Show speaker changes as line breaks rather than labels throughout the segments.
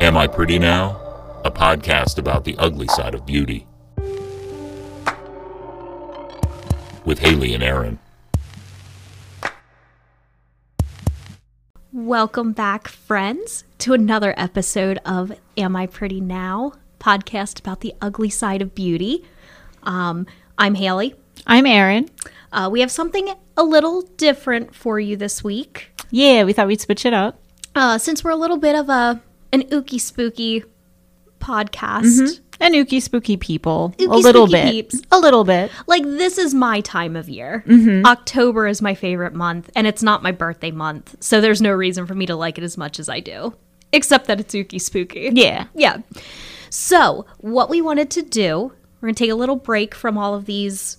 Am I Pretty Now? A podcast about the ugly side of beauty. With Haley and Aaron.
Welcome back, friends, to another episode of Am I Pretty Now? podcast about the ugly side of beauty. Um, I'm Haley.
I'm Erin.
Uh, we have something a little different for you this week.
Yeah, we thought we'd switch it up.
Uh, since we're a little bit of a an ooky spooky podcast,
And ooky spooky people. a
Ooky
little
spooky
bit.
peeps.
A little bit.
like this is my time of year. October is my favorite month, and it's not my birthday month, so there's no reason for me to like it as much as I do, except that it's ooky spooky.
Yeah.
Yeah. So, what we wanted to do, we're going to take a little break from all of these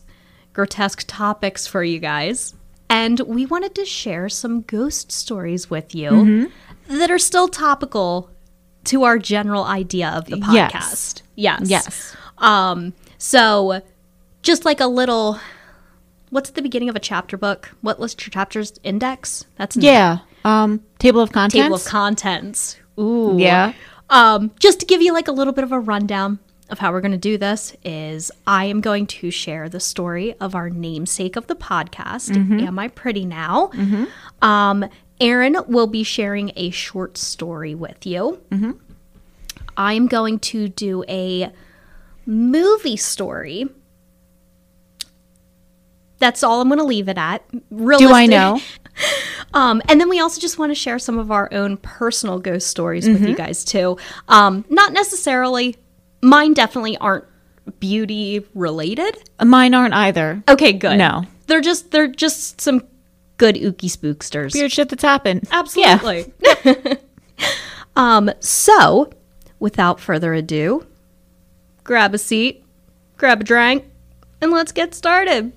grotesque topics for you guys. And we wanted to share some ghost stories with you
Mm-hmm.
that are still topical to our general idea of the
Yes.
podcast. Yes. Um,
Yes.
So, just like a little what's the beginning of a chapter book? What list your chapters index? That's an
Yeah. Um, table of contents.
table of contents. Ooh.
yeah.
Um, just to give you like a little bit of a rundown of how we're going to do this is I am going to share the story of our namesake of the podcast.
Mm-hmm.
Am I pretty now? Um, Aaron will be sharing a short story with you.
Mm-hmm.
I am going to do a movie story. That's all I'm going to leave it at. Realistic,
Do I know?
um, and then we also just want to share some of our own personal ghost stories with you guys too. Um, not necessarily, mine definitely aren't beauty related.
Mine aren't either.
Okay, good.
No.
they're just they're just some good ooky spooksters.
Weird shit that's happened.
Absolutely. um, so, without further ado, grab a seat, grab a drink, and let's get started.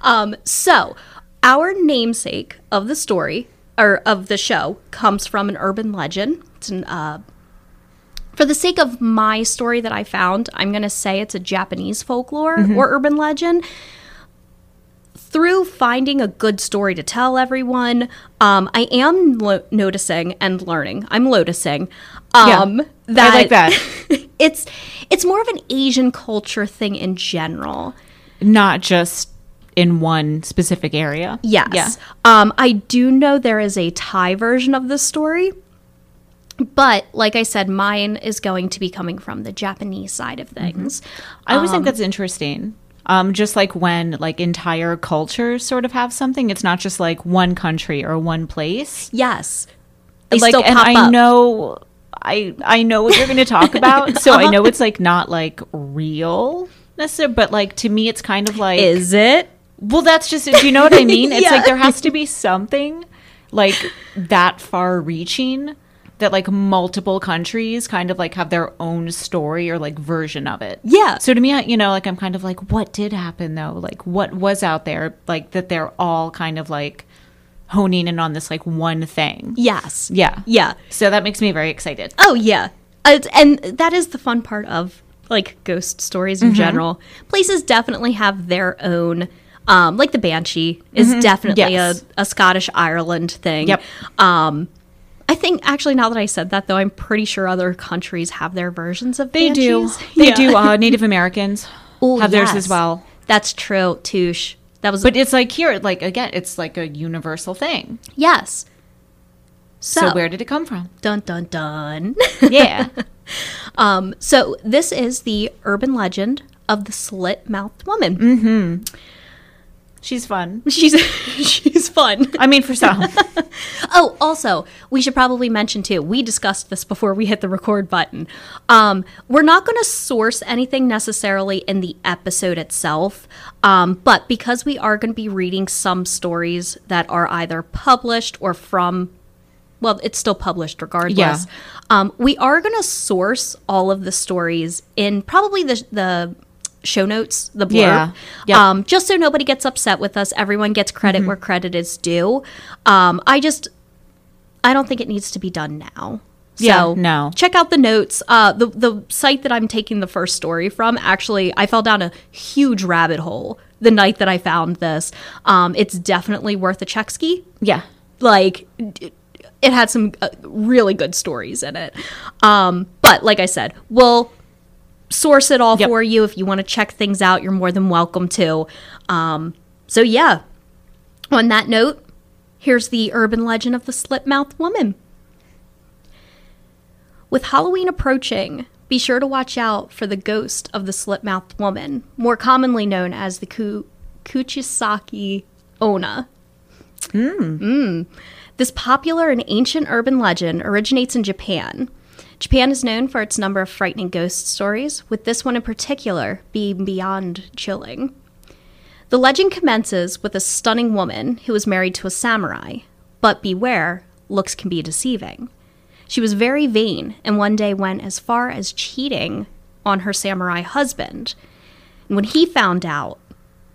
Um, so, our namesake of the story or of the show comes from an urban legend. It's an, uh, for the sake of my story that I found, I'm going to say it's a Japanese folklore or urban legend through finding a good story to tell everyone, um, I am lo- noticing and learning. I'm noticing
Yeah.
um,
I like
it's it's more of an Asian culture thing in general.
Not just in one specific area.
Yes.
Yeah.
Um, I do know there is a Thai version of this story, but like I said, mine is going to be coming from the Japanese side of
Mm-hmm.
things.
I always think that's interesting. Um, just like when like entire cultures sort of have something, it's not just like one country or one place.
Yes. They
like
still
and
pop
I
up.
know I I know what you're going to talk about, so
Uh-huh.
I know it's like not like real necessarily, but like to me it's kind of like
is it?
well that's just do you know what I mean? It's
Yeah.
like there has to be something like that far reaching that like multiple countries kind of like have their own story or like version of it.
Yeah.
So to me, I- you know, like I'm kind of like what did happen though? Like what was out there like that they're all kind of like honing in on this like one thing.
Yes.
Yeah.
Yeah.
So that makes me very excited.
Oh yeah, it's, and that is the fun part of like ghost stories in
Mm-hmm.
general. Places definitely have their own. Um, like the banshee is definitely
Mm-hmm. Yes.
a, a Scottish Ireland thing.
Yep.
Um, I think actually now that I said that though, I'm pretty sure other countries have their versions of
They do.
banshees.
They
Yeah.
do. Uh, Native Americans
Ooh,
have theirs
yes.
as well.
That's true. Touche. That was
But it's like here, like again, it's like a universal thing.
yes. So,
So, where did it come from?
dun dun dun.
Yeah.
So this is the urban legend of the slit-mouthed woman.
Mm-hmm. She's fun.
She's she's fun.
I mean, for some.
Oh, also, we should probably mention too. We discussed this before we hit the record button. Um, we're not going to source anything necessarily in the episode itself, um, but because we are going to be reading some stories that are either published or from, well, it's still published regardless.
Yeah.
Um, we are going to source all of the stories in probably the the show notes, the blurb.
Yeah. Yep. Mm-hmm.
Um, just so nobody gets upset with us, everyone gets credit where credit is due. Um, I just, I don't think it needs to be done now.
Yeah,
so
no.
Check out the notes. Uh, the the site that I'm taking the first story from. Actually, I fell down a huge rabbit hole the night that I found this. Um, it's definitely worth a check ski.
yeah.
Like, d- it had some uh, really good stories in it. Um, but like I said, we'll source it all
Yep.
for you. If you want to check things out, you're more than welcome to. Um, so, yeah, on that note, here's the urban legend of the slit mouthed woman. With Halloween approaching, be sure to watch out for the ghost of the slit mouthed woman, more commonly known as the Ku- Kuchisaki Ona. This popular and ancient urban legend originates in Japan. Japan is known for its number of frightening ghost stories, with this one in particular being beyond chilling. The legend commences with a stunning woman who is married to a samurai, but beware, looks can be deceiving. She was very vain and one day went as far as cheating on her samurai husband. And when he found out,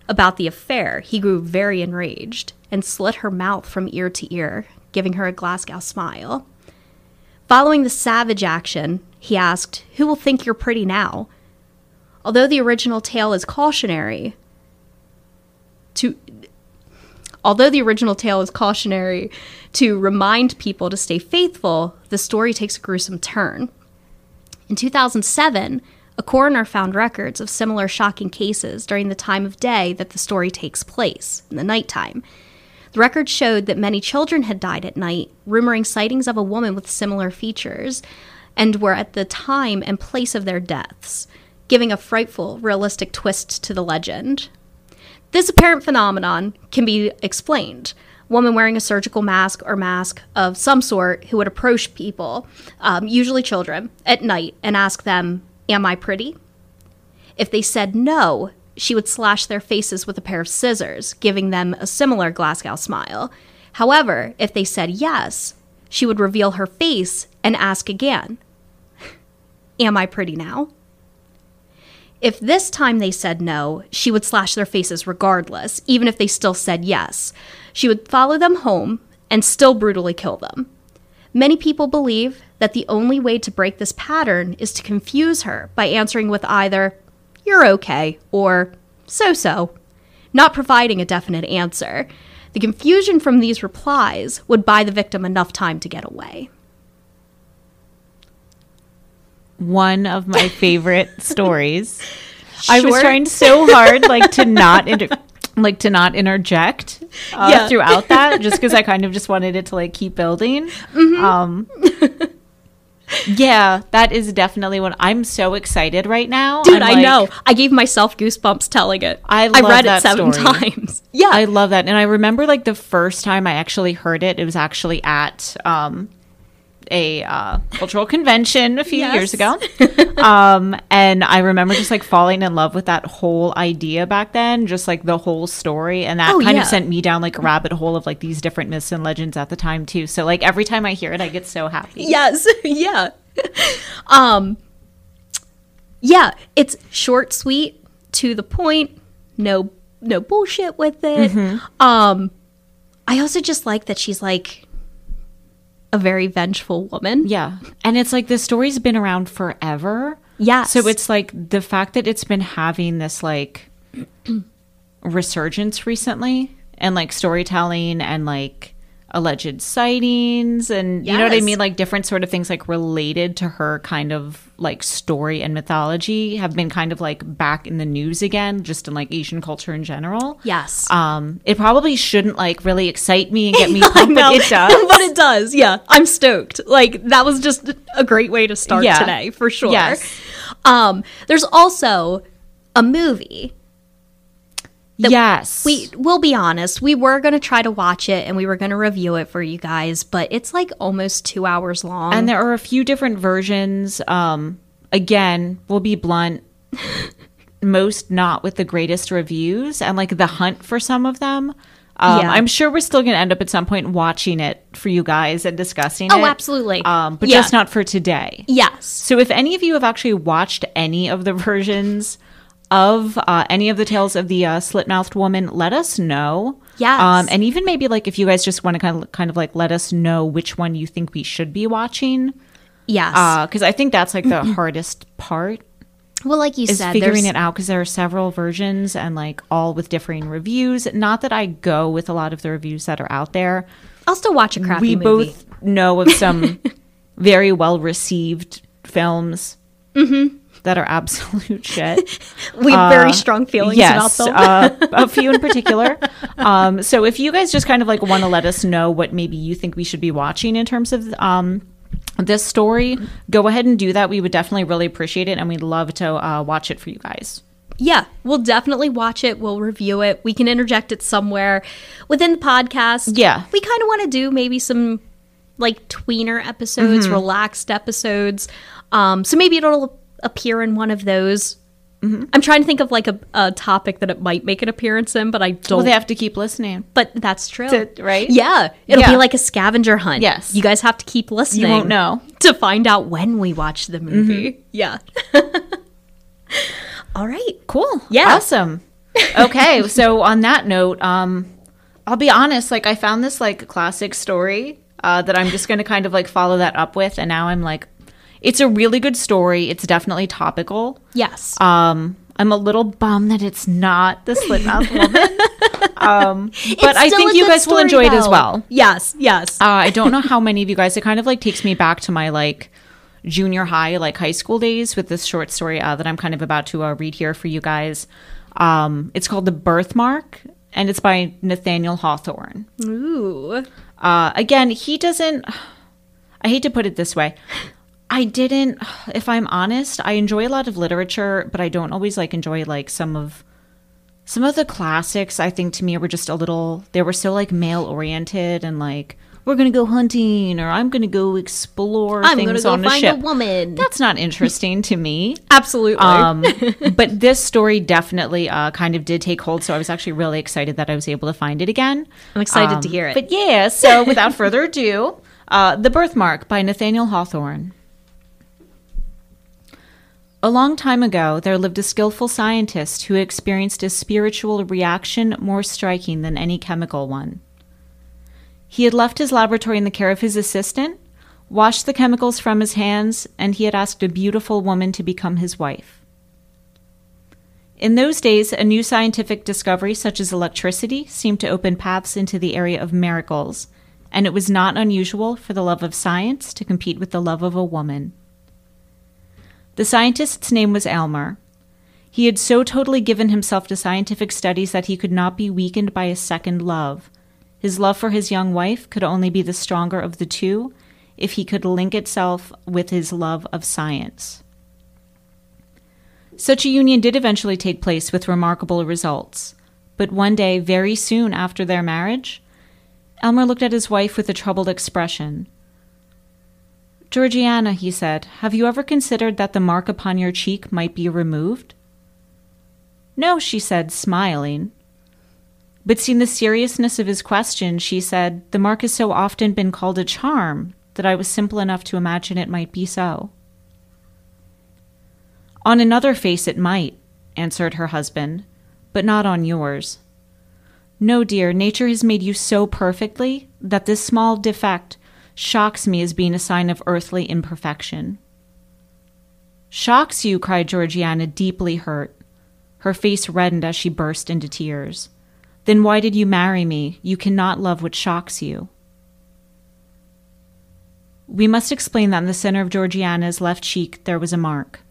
about the affair, he grew very enraged and slit her mouth from ear to ear, giving her a Glasgow smile. Following the savage action, he asked, Who will think you're pretty now? Although the original tale is cautionary to although the original tale is cautionary to remind people to stay faithful, the story takes a gruesome turn. In 2007, a coroner found records of similar shocking cases during the time of day that the story takes place, in the nighttime. The record showed that many children had died at night, rumoring sightings of a woman with similar features, and were at the time and place of their deaths, giving a frightful, realistic twist to the legend. This apparent phenomenon can be explained. A Woman wearing a surgical mask or mask of some sort who would approach people, um, usually children, at night and ask them, Am I pretty? If they said no, she would slash their faces with a pair of scissors, giving them a similar Glasgow smile. However, if they said yes, she would reveal her face and ask again, Am I pretty now? If this time they said no, she would slash their faces regardless, even if they still said yes. She would follow them home and still brutally kill them. Many people believe that the only way to break this pattern is to confuse her by answering with either, you're okay, or so so, not providing a definite answer. The confusion from these replies would buy the victim enough time to get away.
one of my favorite stories. I was
Sure.
trying so hard like to not inter- like to not interject uh,
Yeah.
throughout that just because I kind of just wanted it to like keep building.
Mm-hmm.
Um Yeah, that is definitely what I'm so excited right now.
Dude,
I'm
I
like,
know. I gave myself goosebumps telling it.
I love
read
that
it seven
story.
times. Yeah.
I love that. And I remember like the first time I actually heard it, it was actually at um, a uh, cultural convention a few
Yes.
years ago. um, and I remember just like falling in love with that whole idea back then, just like the whole story. And that
Oh,
kind
yeah.
of sent me down like a rabbit hole of like these different myths and legends at the time too. So like every time I hear it, I get so happy.
yes yeah um yeah it's short sweet to the point no no bullshit with it
Mm-hmm.
um i also just like that she's like a very vengeful woman
Yeah. And it's like the story's been around forever.
Yes.
So it's like the fact that it's been having this like resurgence recently and like storytelling and like alleged sightings and you know what I
Yes.
mean? Like different sort of things like related to her kind of like story and mythology have been kind of like back in the news again, just in like Asian culture in general.
yes
Um, it probably shouldn't like really excite me and get me pumped,
No,
but it does.
but it does yeah i'm stoked like that was just a great way to start
Yeah.
today for sure
Yes.
um there's also a movie
yes.
We will be honest. We were going to try to watch it and we were going to review it for you guys, but it's like almost two hours long.
and there are a few different versions um again we'll be blunt most not with the greatest reviews and like the hunt for some of them um,
Yeah.
i'm sure we're still going to end up at some point watching it for you guys and discussing it
oh, absolutely.
um but
Yeah.
just not for today
yes.
so if any of you have actually watched any of the versions of uh, any of the tales of the uh, slit-mouthed woman, let us know.
Yes.
Um, and even maybe like if you guys just want to kind of kind of like let us know which one you think we should be watching,
Yes.
because I think that's like the hardest part
well, like you
is
said,
figuring
Mm-hmm. there's,
it out because there are several versions and like all with differing reviews. Not that I go with a lot of the reviews that are out there.
I'll still watch a crappy
we
movie.
both know of some very well received films
Mm-hmm.
that are absolute shit.
We have very strong feelings
uh, yes,
about them.
uh, a few in particular. Um, so if you guys just kind of like want to let us know what maybe you think we should be watching in terms of um, this story, go ahead and do that. We would definitely really appreciate it, and we'd love to uh, watch it for you guys.
yeah, we'll definitely watch it. We'll review it. We can interject it somewhere within the podcast.
Yeah.
We kind of want to do maybe some like tweener episodes,
Mm-hmm.
relaxed episodes. Um, so maybe it'll appear in one of those.
Mm-hmm.
I'm trying to think of like a, a topic that it might make an appearance in, but I don't.
Well, they have to keep listening,
but that's true.
to- right?
Yeah, it'll
Yeah.
be like a scavenger hunt.
Yes.
you guys have to keep listening.
You won't know. Mm-hmm.
to find out when we watch the movie. Yeah. All right.
Cool.
Yeah.
Awesome. Okay. so on that note, um, I'll be honest. Like I found this like classic story uh, that I'm just going to kind of like follow that up with, and now I'm like, it's a really good story. It's definitely topical.
Yes.
Um, I'm a little bummed that it's not the Slipknot woman, um, but
It's
I
still
think
a
you
good
guys will
story,
enjoy it as
though.
well.
Yes. Yes.
Uh, I don't know how many of you guys. It kind of like takes me back to my like junior high, like high school days with this short story uh, that I'm kind of about to uh, read here for you guys. Um, it's called The Birthmark, and it's by Nathaniel Hawthorne.
Ooh.
Uh, again, he doesn't. I hate to put it this way. I didn't, if I'm honest, I enjoy a lot of literature, but I don't always like enjoy like some of some of the classics. I think to me were just a little. They were so like male oriented and like we're gonna go hunting or I'm gonna go explore
I'm gonna
things
go
on a
find
ship.
a woman.
That's not interesting to me.
Absolutely.
Um, but this story definitely uh, kind of did take hold, so I was actually really excited that I was able to find it again.
I'm excited to hear it.
Um, But yeah, so without further ado, uh, The Birthmark by Nathaniel Hawthorne. A long time ago, there lived a skillful scientist who experienced a spiritual reaction more striking than any chemical one. He had left his laboratory in the care of his assistant, washed the chemicals from his hands, and he had asked a beautiful woman to become his wife. In those days, a new scientific discovery such as electricity seemed to open paths into the area of miracles, and it was not unusual for the love of science to compete with the love of a woman. The scientist's name was Aylmer. He had so totally given himself to scientific studies that he could not be weakened by a second love. His love for his young wife could only be the stronger of the two if he could link itself with his love of science. Such a union did eventually take place with remarkable results. But one day, very soon after their marriage, Elmer looked at his wife with a troubled expression. Georgiana, he said, have you ever considered that the mark upon your cheek might be removed? No, she said, smiling. But seeing the seriousness of his question, she said, The mark has so often been called a charm that I was simple enough to imagine it might be so. On another face it might, answered her husband, but not on yours. No, dear, nature has made you so perfectly that this small defect shocks me as being a sign of earthly imperfection. Shocks you, cried Georgiana, deeply hurt. Her face reddened as she burst into tears. Then why did you marry me? You cannot love what shocks you. We must explain that in the center of Georgiana's left cheek there was a mark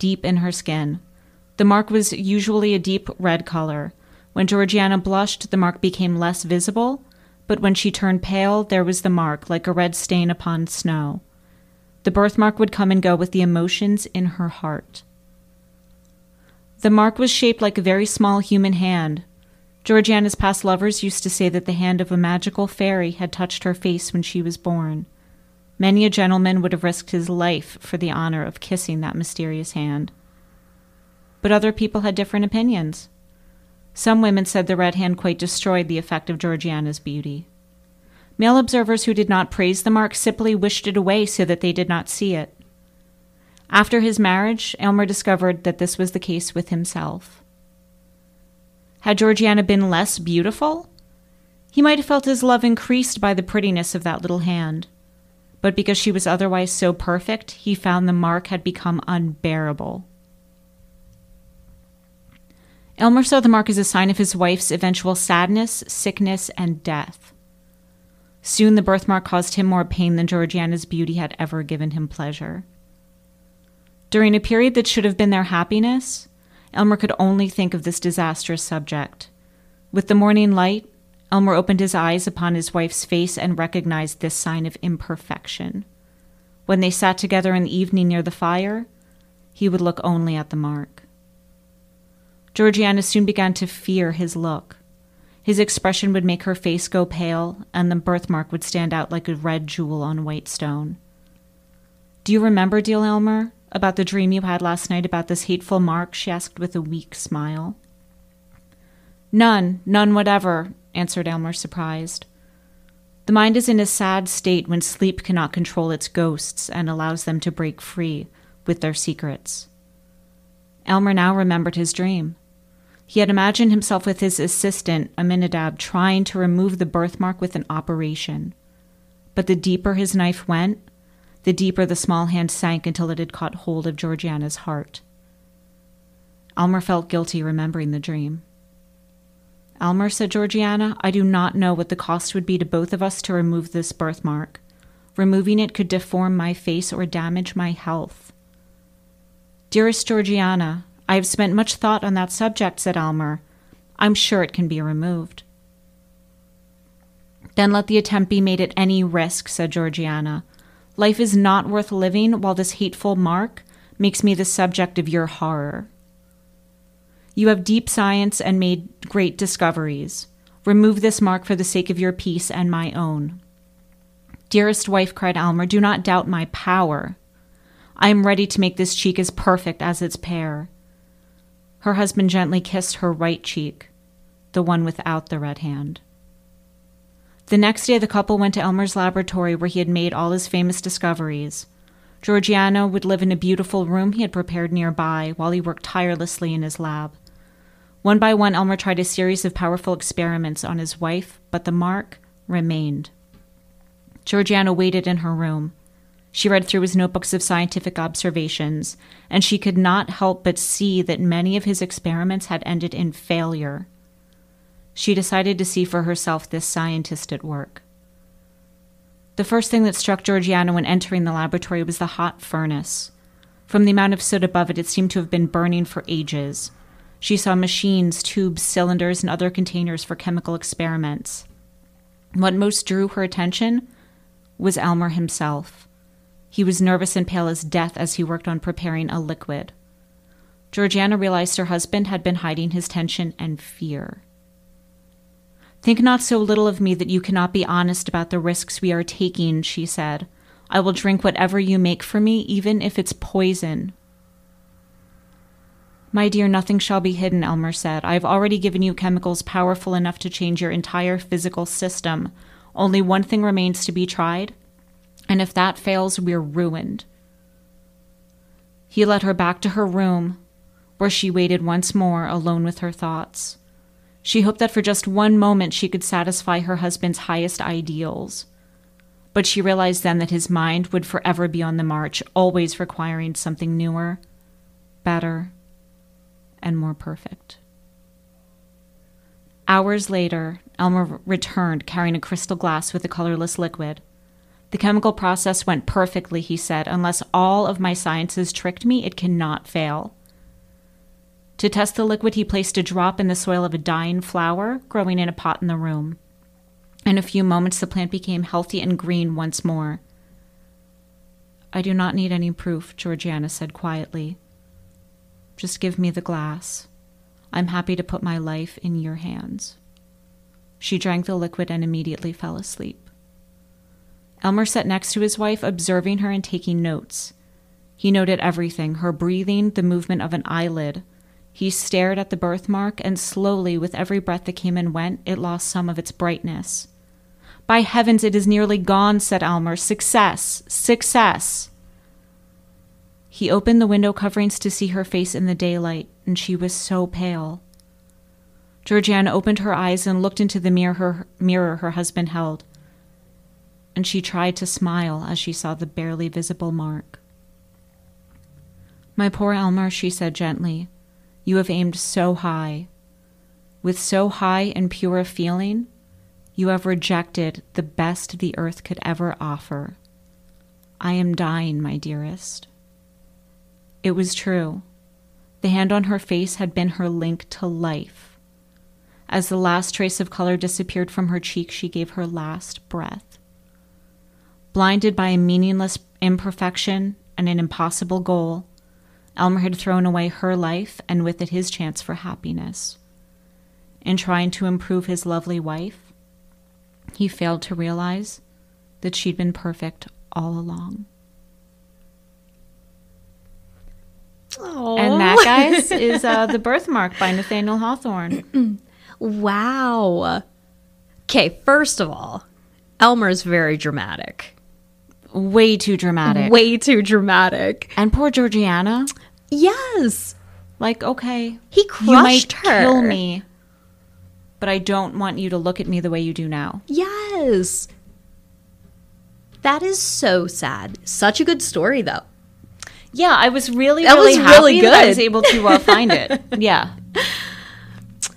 deep in her skin. The mark was usually a deep red color. When Georgiana blushed, the mark became less visible, but when she turned pale, there was the mark, like a red stain upon snow. The birthmark would come and go with the emotions in her heart. The mark was shaped like a very small human hand. Georgiana's past lovers used to say that the hand of a magical fairy had touched her face when she was born. Many a gentleman would have risked his life for the honor of kissing that mysterious hand. But other people had different opinions. Some women said the red hand quite destroyed the effect of Georgiana's beauty. Male observers who did not praise the mark simply wished it away so that they did not see it. After his marriage, Aylmer discovered that this was the case with himself. Had Georgiana been less beautiful, he might have felt his love increased by the prettiness of that little hand but because she was otherwise so perfect, he found the mark had become unbearable. Elmer saw the mark as a sign of his wife's eventual sadness, sickness, and death. Soon the birthmark caused him more pain than Georgiana's beauty had ever given him pleasure. During a period that should have been their happiness, Elmer could only think of this disastrous subject. With the morning light, Elmer opened his eyes upon his wife's face and recognized this sign of imperfection. When they sat together in the evening near the fire, he would look only at the mark. Georgiana soon began to fear his look. His expression would make her face go pale, and the birthmark would stand out like a red jewel on white stone. Do you remember, dear Elmer, about the dream you had last night about this hateful mark? she asked with a weak smile. None, none whatever, answered Elmer, surprised. The mind is in a sad state when sleep cannot control its ghosts and allows them to break free with their secrets. Elmer now remembered his dream. He had imagined himself with his assistant, Aminadab, trying to remove the birthmark with an operation. But the deeper his knife went, the deeper the small hand sank until it had caught hold of Georgiana's heart. Elmer felt guilty remembering the dream. Elmer, said Georgiana, I do not know what the cost would be to both of us to remove this birthmark. Removing it could deform my face or damage my health. Dearest Georgiana, I have spent much thought on that subject, said Elmer. I'm sure it can be removed. Then let the attempt be made at any risk, said Georgiana. Life is not worth living while this hateful mark makes me the subject of your horror. You have deep science and made great discoveries. Remove this mark for the sake of your peace and my own. Dearest wife, cried Almer, do not doubt my power. I am ready to make this cheek as perfect as its pair. Her husband gently kissed her right cheek, the one without the red hand. The next day, the couple went to Elmer's laboratory where he had made all his famous discoveries. Georgiana would live in a beautiful room he had prepared nearby while he worked tirelessly in his lab. One by one, Elmer tried a series of powerful experiments on his wife, but the mark remained. Georgiana waited in her room. She read through his notebooks of scientific observations, and she could not help but see that many of his experiments had ended in failure. She decided to see for herself this scientist at work. The first thing that struck Georgiana when entering the laboratory was the hot furnace. From the amount of soot above it, it seemed to have been burning for ages. She saw machines, tubes, cylinders, and other containers for chemical experiments. What most drew her attention was Elmer himself. He was nervous and pale as death as he worked on preparing a liquid. Georgiana realized her husband had been hiding his tension and fear. Think not so little of me that you cannot be honest about the risks we are taking, she said. I will drink whatever you make for me, even if it's poison. My dear, nothing shall be hidden, Elmer said. I have already given you chemicals powerful enough to change your entire physical system. Only one thing remains to be tried, and if that fails, we're ruined. He led her back to her room, where she waited once more, alone with her thoughts. She hoped that for just one moment she could satisfy her husband's highest ideals. But she realized then that his mind would forever be on the march, always requiring something newer, better, and more perfect. Hours later, Elmer returned carrying a crystal glass with a colorless liquid. The chemical process went perfectly, he said. Unless all of my sciences tricked me, it cannot fail. To test the liquid, he placed a drop in the soil of a dying flower growing in a pot in the room. In a few moments, the plant became healthy and green once more. I do not need any proof, Georgiana said quietly. Just give me the glass. I'm happy to put my life in your hands. She drank the liquid and immediately fell asleep. Elmer sat next to his wife, observing her and taking notes. He noted everything her breathing, the movement of an eyelid. He stared at the birthmark, and slowly, with every breath that came and went, it lost some of its brightness. By heavens, it is nearly gone, said Elmer. Success! Success! He opened the window coverings to see her face in the daylight, and she was so pale. Georgiana opened her eyes and looked into the mirror her, mirror her husband held and she tried to smile as she saw the barely visible mark. My poor Elmer, she said gently, you have aimed so high. With so high and pure a feeling, You have rejected the best the earth could ever offer. I am dying, my dearest. It was true. The hand on her face had been her link to life. As the last trace of color disappeared from her cheek, she gave her last breath. Blinded by a meaningless imperfection and an impossible goal, Elmer had thrown away her life and with it his chance for happiness. In trying to improve his lovely wife, he failed to realize that she'd been perfect all along. And that, guys, is uh, The Birthmark by Nathaniel Hawthorne.
Wow. Okay, first of all, Elmer's very dramatic.
Way too dramatic.
Way too dramatic.
And poor Georgiana,
Yes.
like, okay,
He
you might
crushed her.
kill me, but I don't want you to look at me the way you do now.
Yes. That is so sad. Such a good story, though.
Yeah, I was really,
That
really
was
happy
really
that I was
good.
able to uh, find it. Yeah.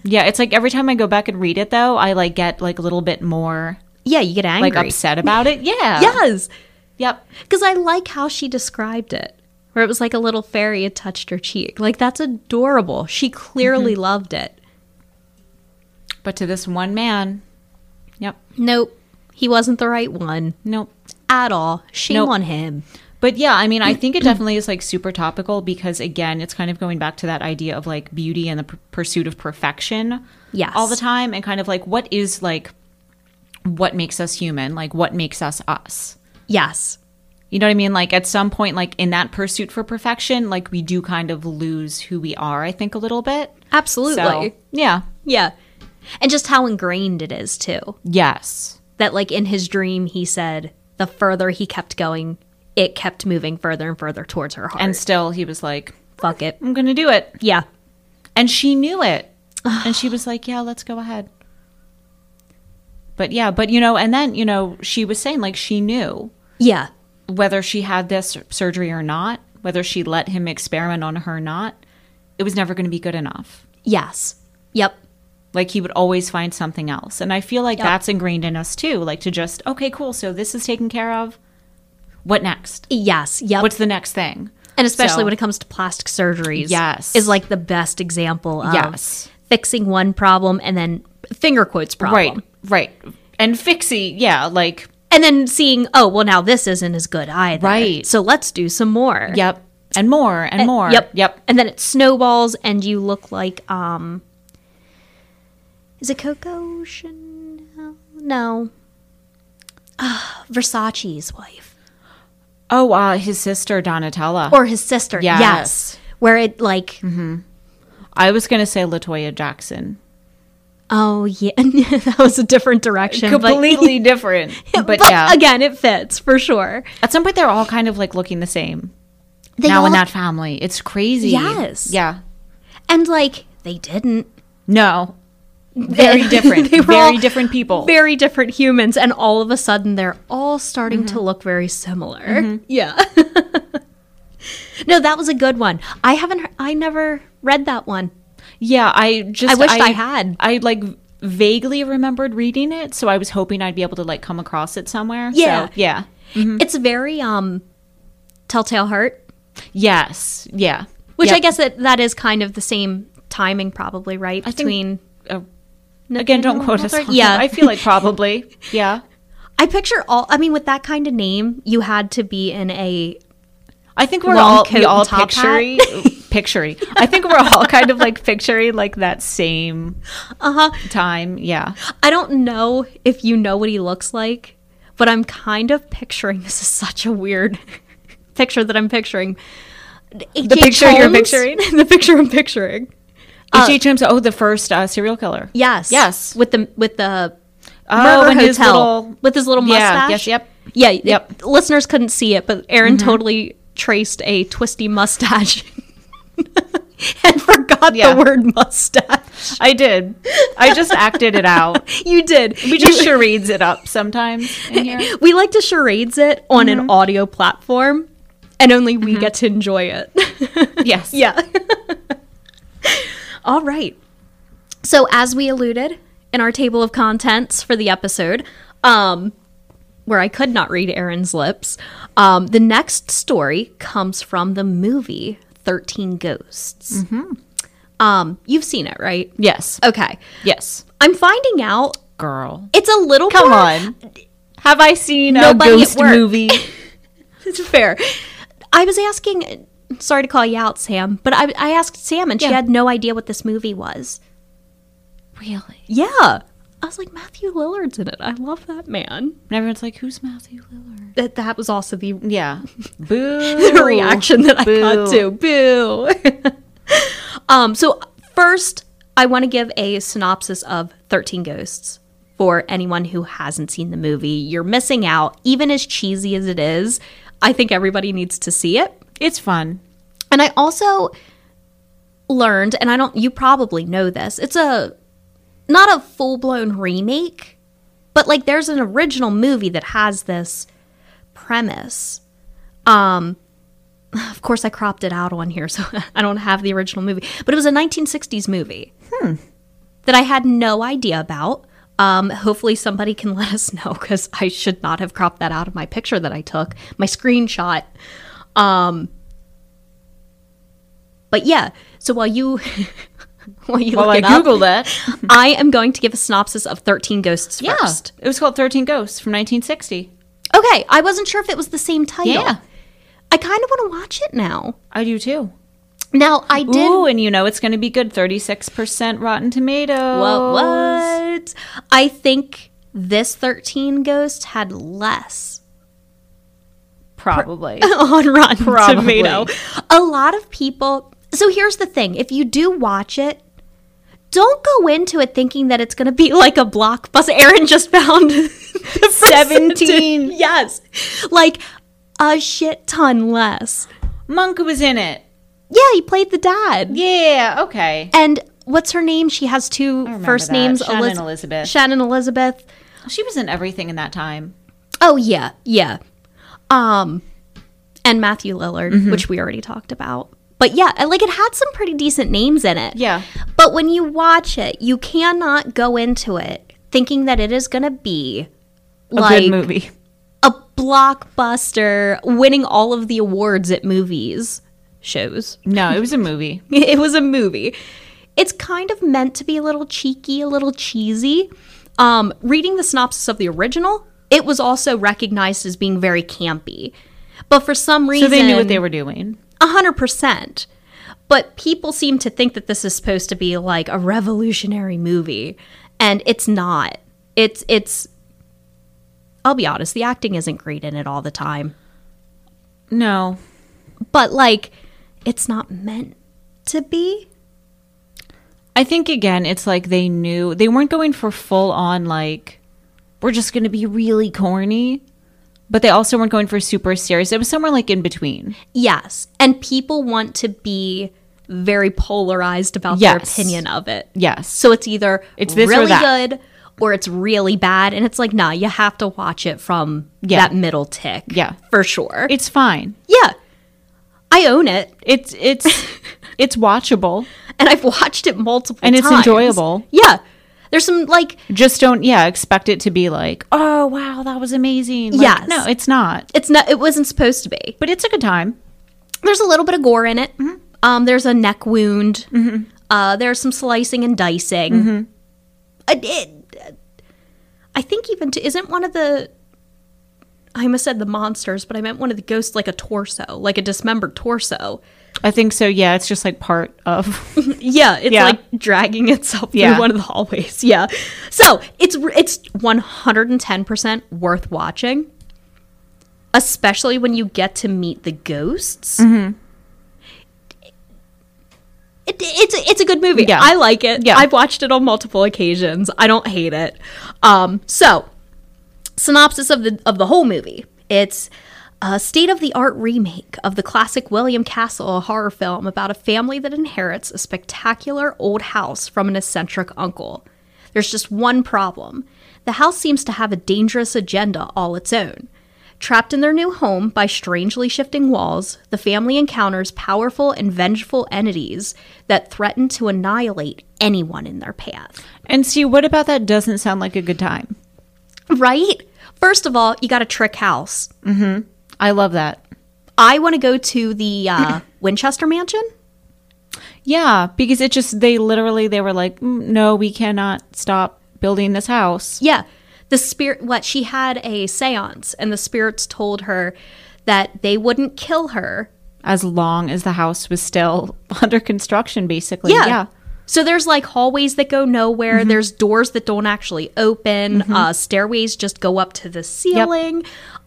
Yeah, it's like every time I go back and read it, though, I like get like a little bit more
Yeah, you get angry.
like upset about it. Yeah.
Yes.
Yep.
Because I like how she described it, where it was like a little fairy had touched her cheek. Like, that's adorable. She clearly
Mm-hmm.
loved it.
But to this one man, yep.
Nope. He wasn't the right one
Nope.
at all. Shame
Nope.
on him.
But yeah, I mean, I think it definitely is like super topical because again, it's kind of going back to that idea of like beauty and the p- pursuit of perfection
Yes.
all the time and kind of like what is like what makes us human? Like what makes us us?
Yes.
You know what I mean? Like at some point like in that pursuit for perfection, like we do kind of lose who we are, I think a little bit.
Absolutely.
So, yeah.
Yeah. And just how ingrained it is, too.
Yes.
That, like, in his dream, he said the further he kept going, it kept moving further and further towards her heart.
And still he was like,
fuck it.
I'm going to do it.
Yeah.
And she knew it. and she was like, yeah, let's go ahead. But yeah, but you know, and then, you know, she was saying like she knew
Yeah.
whether she had this surgery or not, whether she let him experiment on her or not, it was never going to be good enough.
Yes. Yep.
Like he would always find something else. And I feel like that's ingrained in us too, like to just, okay, cool. So this is taken care of. What next?
Yes. Yep.
What's the next thing?
and especially
So-
when it comes to plastic surgeries.
Yes.
Is like the best example of
Yes.
fixing one problem and then finger quotes problem.
Right, right. And fixie, yeah, like
And then seeing, oh, well, now this isn't as good either.
Right.
So let's do some more.
Yep. And more and more.
Yep.
Yep.
And then it snowballs and you look like um Is it Coco Chanel? No. Ah, Versace's wife.
Oh, uh, his sister Donatella.
Or his sister.
Yes. Mm-hmm.
Yes. Where it like
I was gonna say Latoya Jackson.
oh yeah that was a different direction. but-
Completely different. But,
But,
yeah.
again it fits for sure.
At some point they're all kind of like looking the same.
They
now in
all-
that family. It's crazy.
Yes.
Yeah.
and like they didn't.
No. Very different.
They were
very
all
different people.
Very different humans and all of a sudden they're all starting
Mm-hmm.
to look very similar. Yeah. no, that was a good one. I haven't he- I never read that one.
yeah, I just
I wished I had.
I like vaguely remembered reading it, so I was hoping I'd be able to like come across it somewhere. So,
Yeah.
yeah. Mm-hmm.
It's very um Telltale Heart,
Yes. Yeah.
which I
Yep.
guess that that is kind of the same timing probably, right?
think-
Between
Uh, Again, don't quote us. on that.
Yeah.
I feel like probably. Yeah.
I picture all I mean with that kind of name, you had to be in a
I think we're
Long
all
coat
we all
and top hat.
picturing picturing. I think we're all kind of like picturing like that same
uh-huh,
time. Yeah.
I don't know if you know what he looks like, but I'm kind of picturing this is such a weird picture that I'm picturing. The
picture you're picturing?
the picture I'm picturing.
H.H. Holmes. Oh, the first uh, serial killer.
Yes.
Yes.
With the with the
Oh,
murder
and
hotel
his little-
with his little
Yeah,
mustache.
yes, yep.
Yeah. it-
Yep. Mm-hmm.
listeners couldn't see it, but Aaron totally traced a twisty mustache. And forgot
Yeah.
the word mustache.
I did. I just acted it out.
You did.
We just charades it up sometimes in here.
We like to charades it on an audio platform, and only we get to enjoy it.
Yes.
yeah. All right. So, as we alluded, in our table of contents for the episode, um, where I could not read Aaron's lips. Um, the next story comes from the movie 13 Ghosts. Um, you've seen it, right?
Yes.
Okay.
Yes.
I'm finding out
Girl.
it's a little
Come
more-
on. Have I seen
Nobody
a
at
ghost
work.
movie?
It's fair. I was asking, sorry to call you out, Sam, but I, I asked Sam and she
Yeah.
had no idea what this movie was.
really?
Yeah. I was like, Matthew Lillard's in it. I love that man.
And everyone's like, who's Matthew Lillard?
That, that was also the
Yeah. Boo.
reaction that I got
Boo.
to. Boo. um, so, first, I want to give a synopsis of 13 Ghosts for anyone who hasn't seen the movie. You're missing out, even as cheesy as it is. I think everybody needs to see it.
It's fun.
And I also learned, and I don't, you probably know this, it's a not a full blown remake, but like there's an original movie that has this premise. Um, of course, I cropped it out on here, so I don't have the original movie, but it was a 1960s movie that I had no idea about. Um, hopefully, somebody can let us know because I should not have cropped that out of my picture that I took, my screenshot. Um, But yeah, so while you while you
Well,
look
I
it up,
Googled it.
I am going to give a synopsis of Thirteen Ghosts
Yeah.
first.
It was called 13 Ghosts from 1960.
Okay, I wasn't sure if it was the same title. I kind of want to watch it now.
I do too.
Now I did.
Ooh, and you know it's going to be good. 36% Rotten Tomatoes.
What? What? I think this Thirteen Ghost had less
Probably.
on Rotten
Probably.
Tomato. A lot of people. So here's the thing: if you do watch it, don't go into it thinking that it's going to be like a blockbuster. Aaron just found the
17.
percentage. Yes, like a shit ton less.
Monk was in it.
Yeah, he played the dad.
Yeah, okay.
And what's her name? She has two
remember
first
that.
names.
Shannon
Eliz-
Elizabeth.
Shannon Elizabeth.
She was in everything in that time.
Oh yeah, yeah. Um, and Matthew Lillard,
Mm-hmm.
which we already talked about. But yeah, and, like it had some pretty decent names in it.
Yeah.
But when you watch it, you cannot go into it thinking that it is going to be like
Good movie.
a blockbuster winning all of the awards at movies shows.
No, it was a movie.
It was a movie. It's kind of meant to be a little cheeky, a little cheesy. Um, reading the synopsis of the original, it was also recognized as being very campy. But for some
So
reason,
they knew what they were doing.
100%. But people seem to think that this is supposed to be like a revolutionary movie, and it's not. It's, it's, I'll be honest, the acting isn't great in it all the time
No.
but like it's not meant to be
I think again, it's like they knew they weren't going for full on like we're just going to be really corny, but they also weren't going for super serious. It was somewhere like in between.
yes and people want to be very polarized about their
Yes.
opinion of it
Yes.
so it's either
It's this or
really
that.
good or it's really bad and it's like nah you have to watch it from
Yeah.
that middle tick
Yeah.
for sure
It's fine.
yeah i own it
It's it's it's watchable.
and i've watched it multiple
And it's
times.
enjoyable.
yeah there's some like
Just don't yeah, expect it to be like, "Oh, wow, that was amazing." Like,
Yes.
No, it's not.
it's not it wasn't supposed to be
But it's a good time.
there's a little bit of gore in it. Um, there's a neck wound. Uh, there's some slicing and dicing. I, it- I think even to, isn't one of the I almost said the monsters, but I meant one of the ghosts like a torso, like a dismembered torso.
I think so. Yeah, it's just like part of
Yeah, it's
Yeah.
like dragging itself
Yeah.
through one of the hallways. Yeah, so it's it's 110 percent worth watching, especially when you get to meet the ghosts.
Mm-hmm.
It, it's it's a good movie.
Yeah.
I like it.
Yeah.
I've watched it on multiple occasions. I don't hate it. Um, so synopsis of the of the whole movie. It's a state-of-the-art remake of the classic William Castle, a horror film about a family that inherits a spectacular old house from an eccentric uncle. There's just one problem. The house seems to have a dangerous agenda all its own. Trapped in their new home by strangely shifting walls, the family encounters powerful and vengeful entities that threaten to annihilate anyone in their path.
And see, what about that doesn't sound like a good time?
Right? First of all, you got a trick house.
I love that.
I want to go to the uh, Winchester Mansion.
Yeah, because it just, they literally, they were like, "Mm, no, we cannot stop building this house.
Yeah. The spirit, what she had a seance, and the spirits told her that they wouldn't kill her.
as long as the house was still under construction, basically.
Yeah.
Yeah. Mm-hmm.
So there's like hallways that go nowhere. There's doors that don't actually open. Uh, stairways just go up to the ceiling.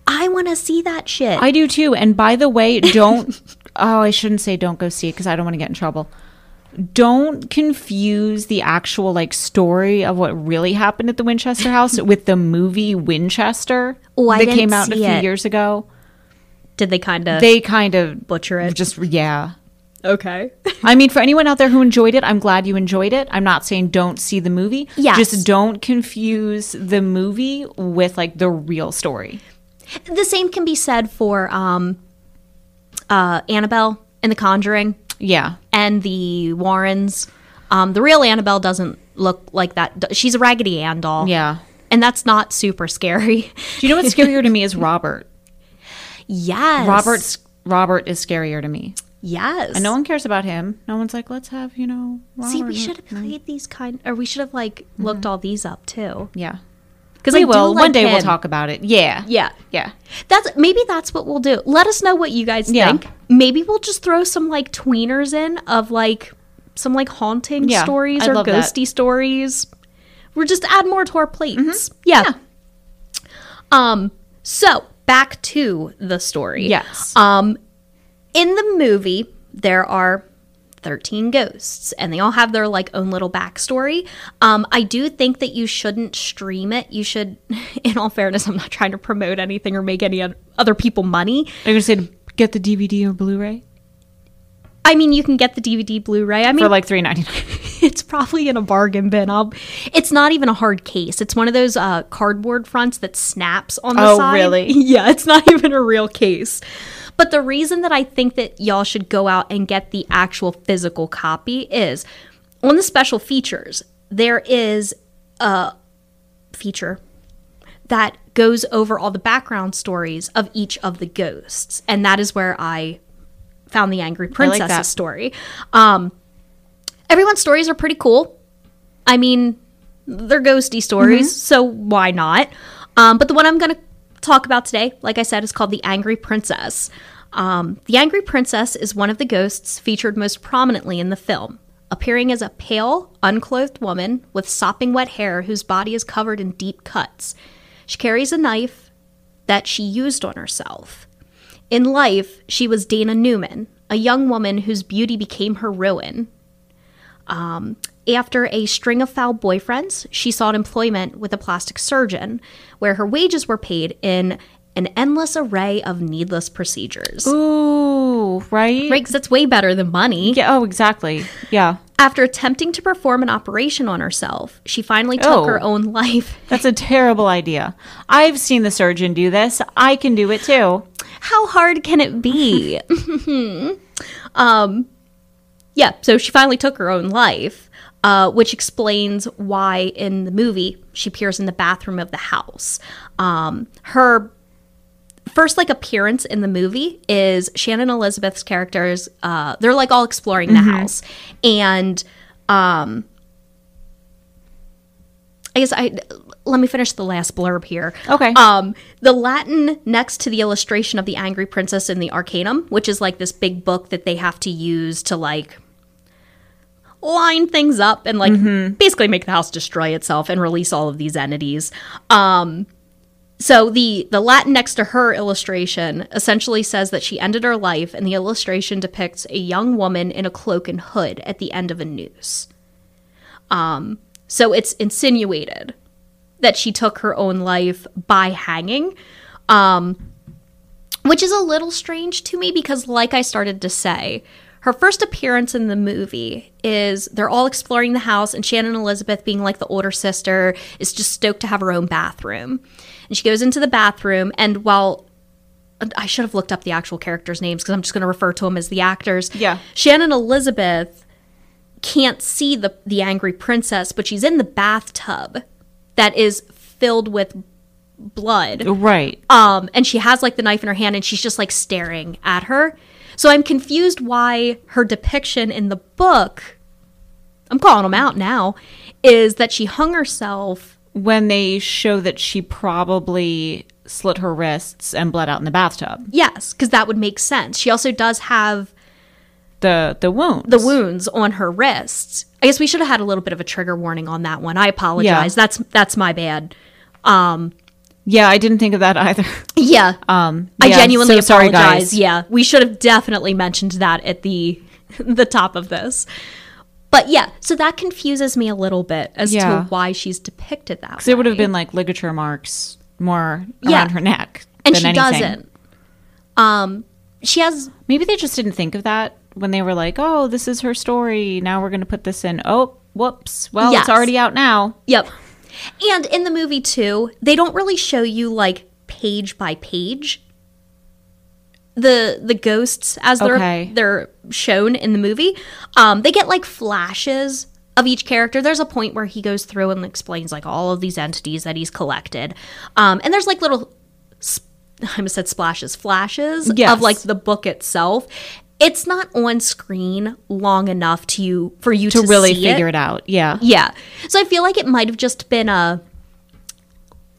I want to see that shit.
I do too. And by the way, don't, oh, I shouldn't say don't go see it because I don't want to get in trouble. Don't confuse the actual like story of what really happened at the Winchester House with the movie Winchester
Oh, I
that
didn't
came out a
see
few
it.
years ago.
Did they kind of
They kind of
butcher it?
just yeah.
okay.
I mean, for anyone out there who enjoyed it, I'm glad you enjoyed it. I'm not saying don't see the movie.
Yes.
Just don't confuse the movie with like the real story.
the same can be said for um, uh, Annabelle and The Conjuring
Yeah.
and the Warrens. Um, the real Annabelle doesn't look like that. She's a Raggedy Ann doll.
Yeah.
And that's not super scary.
Do you know what's scarier to me is Robert.
yes.
Robert's Robert is scarier to me.
Yes.
No one cares about him. No one's like, let's have, you know, Robert.
See, we should have played these kind, or we should have like looked all these up too.
Yeah.
Because
We will. One day we'll talk about it. Yeah.
Yeah,
Yeah.
that's maybe that's what we'll do. Let us know what you guys
Yeah.
think. Maybe we'll just throw some like tweeners in of like some like haunting
Yeah,
stories
I
or
love that.
ghosty stories. We're just add more to our plates.
Mm-hmm.
Yeah. Um. So back to the story.
Yes.
Um, in the movie, there are 13 ghosts, and they all have their like own little backstory. Um, I do think that you shouldn't stream it. You should, in all fairness, I'm not trying to promote anything or make any oth- other people money.
Are you going to say to get the DVD or Blu ray?
I mean, you can get the DVD, Blu-ray. I mean,
For like three ninety nine.
it's probably in a bargain bin. I'll, it's not even a hard case. It's one of those uh, cardboard fronts that snaps on the
Oh,
side.
really?
Yeah, it's not even a real case. But the reason that I think that y'all should go out and get the actual physical copy is on the special features, there is a feature that goes over all the background stories of each of the ghosts. And that is where I found the Angry Princess's
that.
story. Um, everyone's stories are pretty cool. I mean, they're ghosty stories, so why not? Um, but the one I'm going to talk about today, like I said, is called The Angry Princess. Um, the Angry Princess is one of the ghosts featured most prominently in the film, appearing as a pale, unclothed woman with sopping wet hair whose body is covered in deep cuts. She carries a knife that she used on herself. In life, she was Dana Newman, a young woman whose beauty became her ruin. Um, After a string of foul boyfriends, she sought employment with a plastic surgeon, where her wages were paid in an endless array of needless procedures.
Ooh, right?
Right, 'cause that's way better than money.
Yeah. Oh, exactly. Yeah.
After attempting to perform an operation on herself, she finally took
Oh.
her own life.
That's a terrible idea. I've seen the surgeon do this. I can do it too.
How hard can it be? um, yeah, so she finally took her own life, uh, which explains why in the movie she appears in the bathroom of the house. Um, her first like appearance in the movie is Shannon Elizabeth's characters. Uh, they're like all exploring the house, and um, I guess I let me finish the last blurb here.
Okay.
Um, the Latin next to the illustration of the Angry Princess in the Arcanum, which is like this big book that they have to use to like line things up and like basically make the house destroy itself and release all of these entities. Um, so the the Latin next to her illustration essentially says that she ended her life, and the illustration depicts a young woman in a cloak and hood at the end of a noose. Um, so it's insinuated that she took her own life by hanging. Um, which is a little strange to me because, like I started to say, her first appearance in the movie is they're all exploring the house, and Shannon Elizabeth, being like the older sister, is just stoked to have her own bathroom. And she goes into the bathroom, and while I should have looked up the actual characters' names because I'm just going to refer to them as the actors.
Yeah.
Shannon Elizabeth can't see the the angry princess, but she's in the bathtub that is filled with blood.
Right.
Um, and she has like the knife in her hand and she's just like staring at her. So I'm confused why her depiction in the book, I'm calling them out now, is that she hung herself.
When they show that she probably slit her wrists and bled out in the bathtub.
Yes, because that would make sense. She also does have
The the wounds.
the wounds on her wrists. I guess we should have had a little bit of a trigger warning on that one. I apologize. That's that's my bad.
Yeah, I didn't think of that either.
Yeah.
Um
I
yeah,
genuinely
so sorry,
apologize.
guys.
Yeah, we should have definitely mentioned that at the the top of this. But yeah, so that confuses me a little bit as
Yeah.
to why she's depicted that.
So it would have
way.
been like ligature marks more
Yeah.
around her neck.
and
than
she
anything.
doesn't. Um, she has
Maybe they just didn't think of that when they were like, "Oh, this is her story. Now we're going to put this in." Oh, whoops. Well,
Yes.
it's already out now.
yep. And in the movie too, they don't really show you like page by page the the ghosts as they're
Okay.
they're shown in the movie. Um, they get like flashes of each character. There's a point where he goes through and explains like all of these entities that he's collected, um, and there's like little. Sp- I almost said splashes, flashes
Yes.
of like the book itself. It's not on screen long enough to you for you to,
To really
see
figure it. out. Yeah.
yeah. So I feel like it might have just been a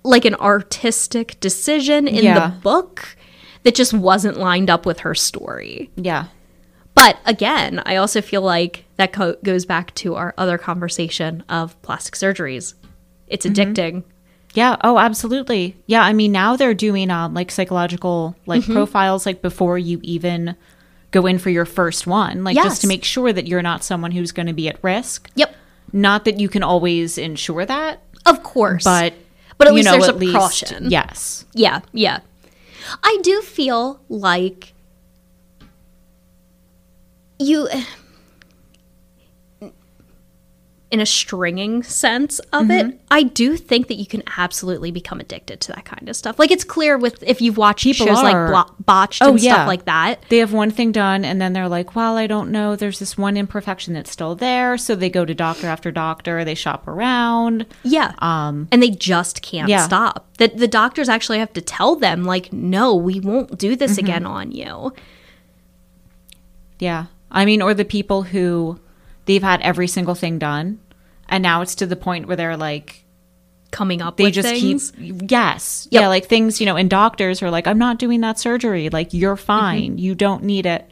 like an artistic decision in
Yeah.
the book that just wasn't lined up with her story.
Yeah.
But again, I also feel like that co- goes back to our other conversation of plastic surgeries. It's
Mm-hmm.
addicting.
Yeah. Oh, absolutely. Yeah. I mean, now they're doing um, like psychological like
Mm-hmm.
profiles like before you even go in for your first one, like just to
Yes.
make sure that you're not someone who's going to be at risk.
Yep.
Not that you can always ensure that,
Of course.
but
but at
you
least
know,
there's
at
a
least
caution.
yes.
Yeah, yeah. I do feel like you in a stringing sense of
Mm-hmm.
it, I do think that you can absolutely become addicted to that kind of stuff. Like it's clear with if you've watched shows
are.
like Blo- botched
Oh,
and
yeah.
stuff like that.
They have one thing done and then they're like, well, I don't know. There's this one imperfection that's still there. So they go to doctor after doctor. They shop around.
Yeah.
Um,
and they just can't
Yeah.
stop. That the doctors actually have to tell them like no, we won't do this
Mm-hmm.
again on you.
Yeah. I mean, or the people who they've had every single thing done and now it's to the point where they're like,
Coming up
they
with
just
things.
keep, yes.
Yep.
Yeah. Like things, you know, and doctors are like, I'm not doing that surgery. Like, you're fine. You don't need it.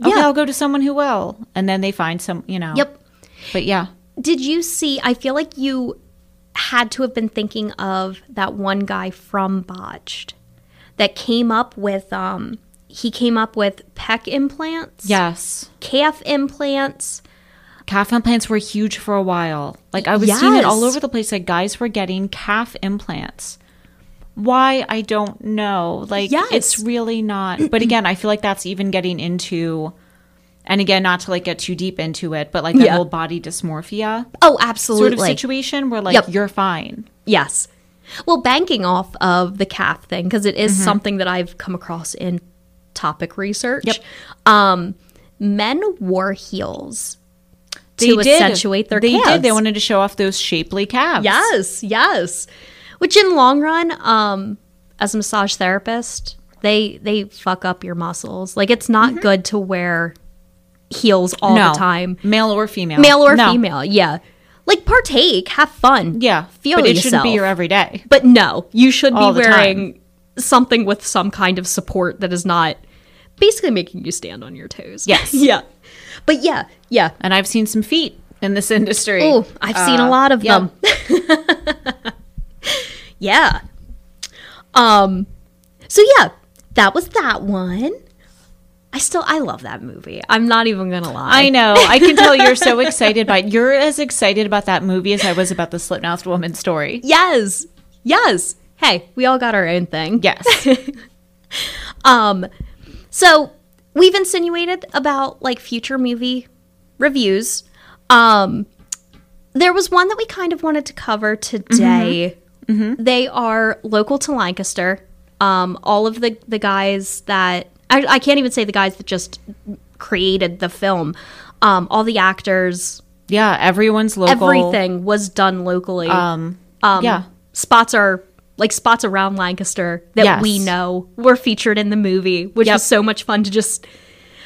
Okay,
Yeah.
I'll go to someone who will. And then they find some, you know.
Yep.
But yeah.
Did you see? I feel like you had to have been thinking of that one guy from Botched that came up with um he came up with pec implants,
Yes.
calf implants.
Calf implants were huge for a while. Like I was seeing it all
Yes.
over the place. Like guys were getting calf implants. Why I don't know. Like
Yes.
it's really not. But again, I feel like that's even getting into, and again, not to like get too deep into it, but like that
Yeah.
whole body dysmorphia
Oh,
sort
absolutely.
of situation where like
Yep.
you're fine.
Yes. Well, banking off of the calf thing because it is something that I've come across in topic research.
Yep.
Um, men wore heels
They
to
did.
accentuate their
they
calves.
did. They wanted to show off those shapely calves.
Yes, yes. Which in long run, um, as a massage therapist, they they fuck up your muscles. Like it's not good to wear heels all
Mm-hmm. No.
the time.
Male or female.
Male or
No.
female, yeah. Like partake, have fun.
Yeah.
Feel
but it shouldn't
yourself.
be your everyday.
But no, you should
All
be
the time.
wearing something with some kind of support that is not basically making you stand on your toes.
Yes.
yeah. But yeah, yeah.
And I've seen some feet in this industry.
Oh, I've seen a lot of
yeah.
them. yeah. Um so yeah, that was that one. I still I love that movie. I'm not even going to lie.
I know. I can tell you're so excited by it. You're as excited about that movie as I was about the slit mouthed woman story.
yes. Yes. Hey, we all got our own thing.
Yes.
Um so we've insinuated about like future movie reviews. Um there was one that we kind of wanted to cover today. They are local to Lancaster. Um, all of the, the guys that, I, I can't even say the guys that just created the film, um, all the actors,
Yeah, everyone's local.
everything was done locally.
Um, yeah.
spots are like spots around Lancaster that
Yes.
we know were featured in the movie, which
Yep.
was so much fun to just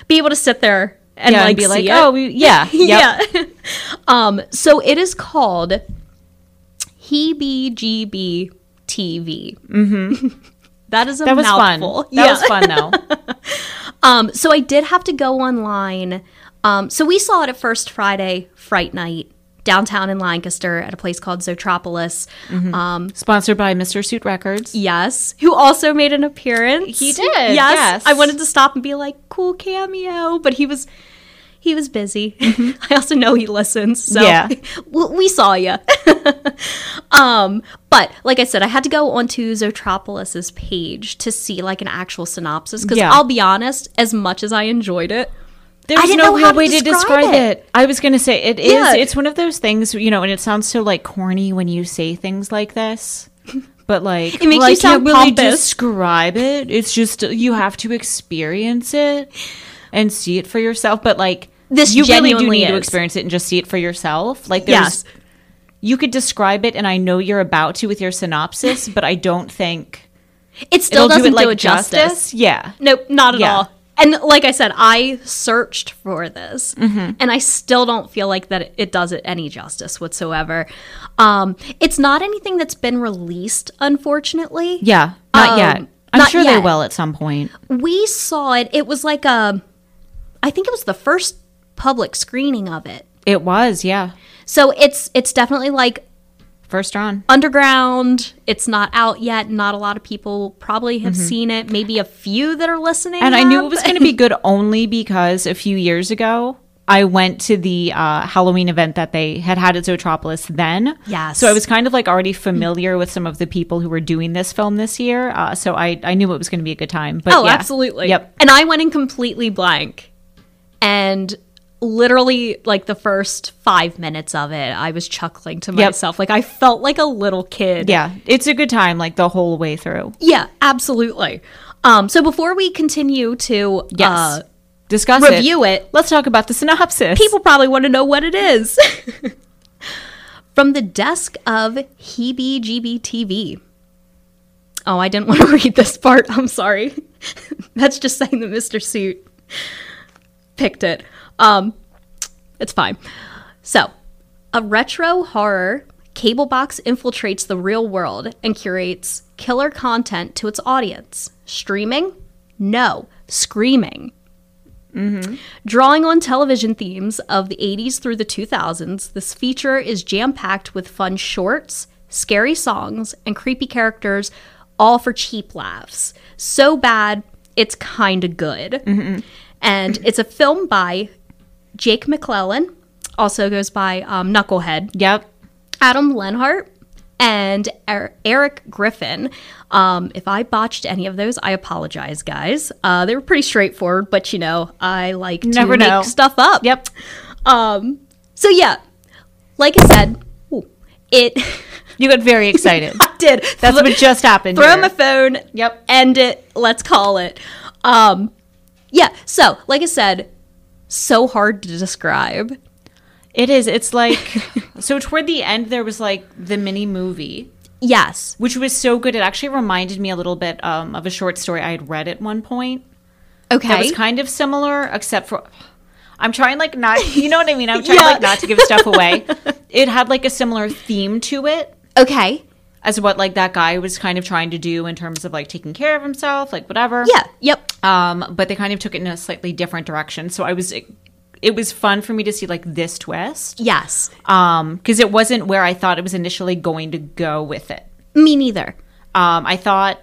be able to sit there and
Yeah,
like
and be like,
see it.
oh, we, yeah, yep.
yeah. um, so it is called HeBGB TV. Mm-hmm. that is a
That was
mouthful.
fun. That was fun though.
Um, so I did have to go online. Um, so we saw it at first Friday Fright Night downtown in Lancaster at a place called Zotropolis.
Sponsored by Mr. Suit Records.
Yes, who also made an appearance.
He did,
Yes.
yes.
I wanted to stop and be like, "Cool cameo," but he was he was busy. I also know he listens, so
Mm-hmm. Yeah.
we, we saw you. um, but like I said, I had to go onto Zotropolis's page to see like an actual synopsis because
Yeah.
I'll be honest, as much as I enjoyed it,
There's
I didn't
no
know
real
how to
way
describe
to describe it. I was gonna say it is.
Yeah.
It's one of those things, you know, and it sounds so like corny when you say things like this, but like
It makes you
well, I
sound
can't really
pompous.
describe it. It's just you have to experience it and see it for yourself. But like
This
you really do
genuinely
need to
is.
experience it and just see it for yourself. Like there's
yes,
you could describe it, and I know you're about to with your synopsis, but I don't think
it still
it'll
doesn't do it,
like
justice.
Yeah.
Nope, not at
Yeah.
all. And like I said, I searched for this,
Mm-hmm.
and I still don't feel like that it- it does it any justice whatsoever. Um, it's not anything that's been released, unfortunately.
Yeah. Not
Um,
yet. I'm
not
sure they
yet.
will at some point.
We saw it. It was like a, I think it was the first public screening of it.
It was, yeah.
So it's it's definitely like
First on.
underground. It's not out yet. Not a lot of people probably have seen it. Maybe a few that are listening.
Mm-hmm. And I knew
have.
it was going to be good only because a few years ago I went to the uh, Halloween event that they had had at Zootropolis then.
Yes.
So I was kind of like already familiar with some of the people who were doing this film this year. Uh, so I, I knew it was going to be a good time. But
Oh,
yeah.
absolutely.
Yep.
And I went in completely blank. And literally, like the first five minutes of it, I was chuckling to
Yep.
myself. Like I felt like a little kid.
Yeah. It's a good time like the whole way through.
Yeah, absolutely. Um, so before we continue to
Yes.
uh,
Discuss it.
review it,
Let's talk about the synopsis.
people probably want to know what it is. From the desk of Hebe TV. Oh, I didn't want to read this part. I'm sorry. That's just saying that Mr. Suit picked it. Um, it's fine. So, a retro horror cable box infiltrates the real world and curates killer content to its audience. Streaming? No, screaming drawing on television themes of the 80s through the 2000s. This feature is jam-packed with fun shorts, scary songs, and creepy characters all for cheap laughs. So bad, it's kind of good. And it's a film by Jake McClellan, also goes by um, Knucklehead.
Yep.
Adam Lenhart and er- Eric Griffin. Um, if I botched any of those, I apologize, guys. Uh, they were pretty straightforward, but you know, I like to
Never
make
know.
stuff up.
Yep.
So yeah, like I said, ooh, it
You got very excited.
I did.
That's what just happened.
Throw
here.
my phone.
Yep.
End it. Let's call it. Um, yeah. So like I said, so hard to describe.
It is. It's like so toward the end there was like the mini movie,
Yes.
which was so good. It actually reminded me a little bit um, of a short story I had read at one point.
Okay.
That was kind of similar, except for I'm trying like not you know what I mean? I'm trying
Yeah.
like not to give stuff away. it had like a similar theme to it
okay.
as what like that guy was kind of trying to do in terms of like taking care of himself, like whatever.
Yeah. Yep.
Um, but they kind of took it in a slightly different direction. So I was it, it was fun for me to see like this twist
Yes.
um because it wasn't where i thought it was initially going to go with it
Me neither.
um i thought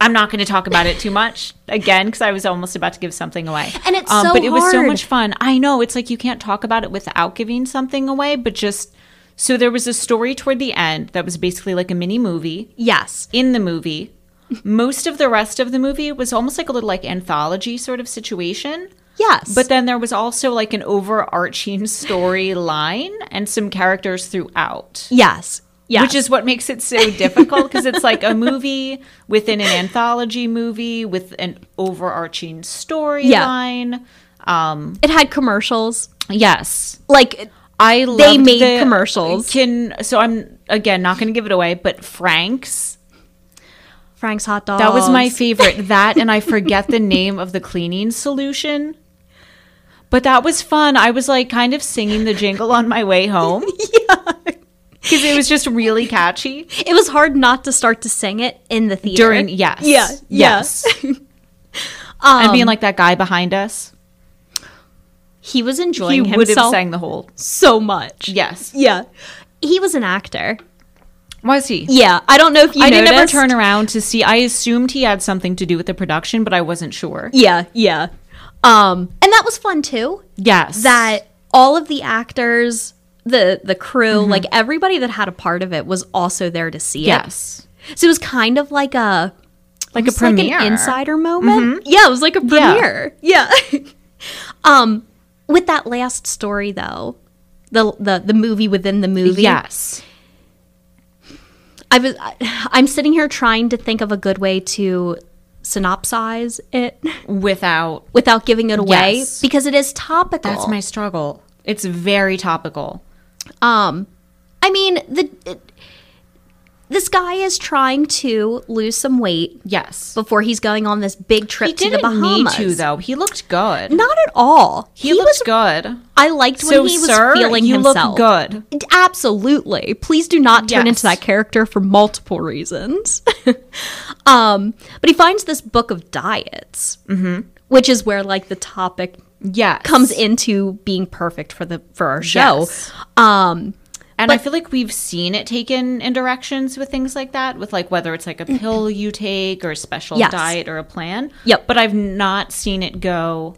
i'm not going to talk about it too much again because i was almost about to give something away
And it's
um,
so
but it was so
hard.
much fun i know it's like you can't talk about it without giving something away but just so there was a story toward the end that was basically like a mini movie
Yes.
in the movie most of the rest of the movie was almost like a little like anthology sort of situation
Yes.
but then there was also like an overarching storyline and some characters throughout.
Yes. Yeah.
Which is what makes it so difficult because it's like a movie within an anthology movie with an overarching storyline.
It had commercials.
Yes.
Like
I loved
They made
the-
commercials.
Can so I'm again not going to give it away, but Frank's
Frank's hot dogs.
that was my favorite. That and I forget the name of the cleaning solution, but that was fun. I was like kind of singing the jingle on my way home. yeah, because it was just really catchy
it was hard not to start to sing it in the theater.
during. Yes,
Yeah. Um,
yes. and being like that guy behind us,
He was
he
enjoying
would have
himself
sang the whole.
so much.
Yes,
Yeah. He was an actor.
was he?
Yeah. I don't know if you
I didn't ever
noticed.
turn around to see. I assumed he had something to do with the production, but I wasn't sure.
Yeah, yeah. Um and that was fun too.
Yes,
That all of the actors, the the crew, like everybody that had a part of it was also there to see
yes,
it. So it was kind of like a
like a
It's like
premiere Mm-hmm.
an insider moment. Yeah, it was like a
Yeah.
premiere. Yeah. um, with that last story though, the the the movie within the movie.
Yes,
I was I, I'm sitting here trying to think of a good way to synopsize it
without
without giving it away
Yes.
because it is topical.
That's my struggle. It's very topical.
Um, I mean the. It, this guy is trying to lose some weight
Yes.
before he's going on this big trip
He
to the
didn't need
Bahamas.
to though. He looked good.
Not at all.
he, looked good.
I liked when
so
he was
sir,
feeling
you
himself.
look good.
Absolutely. Please do not turn
Yes.
into that character for multiple reasons. um, but he finds this book of diets,
Mm-hmm.
which is where like the topic
Yes.
comes into being perfect for the for our show.
Yes.
Um,
And I feel like we've seen it taken in directions with things like that, with like whether it's like a pill you take or a special
Yes.
diet or a plan.
Yep.
But I've not seen it go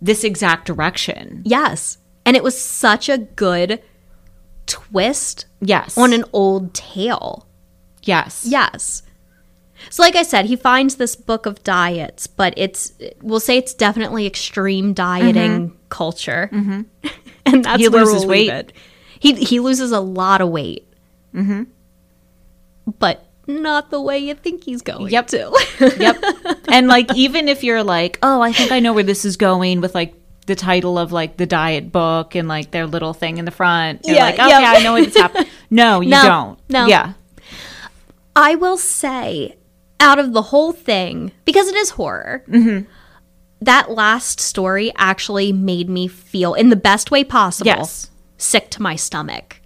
this exact direction.
yes, and it was such a good twist
Yes.
on an old tale.
yes.
Yes. So, like I said, he finds this book of diets, but it's, we'll say it's definitely extreme dieting culture. Mm-hmm. and that's
He
where
loses
we'll leave it.
weight.
He, he loses a lot of weight. Mm-hmm. But not the way you think he's going
Yep.
to.
Yep. and like even if you're like, oh, I think I know where this is going with like the title of like the diet book and like their little thing in the front. You're
Yeah,
like, okay,
yeah.
I know what's happening. No, you
No,
don't.
no.
Yeah.
I will say, out of the whole thing, because it is horror,
Mm-hmm.
that last story actually made me feel, in the best way possible,
Yes.
sick to my stomach.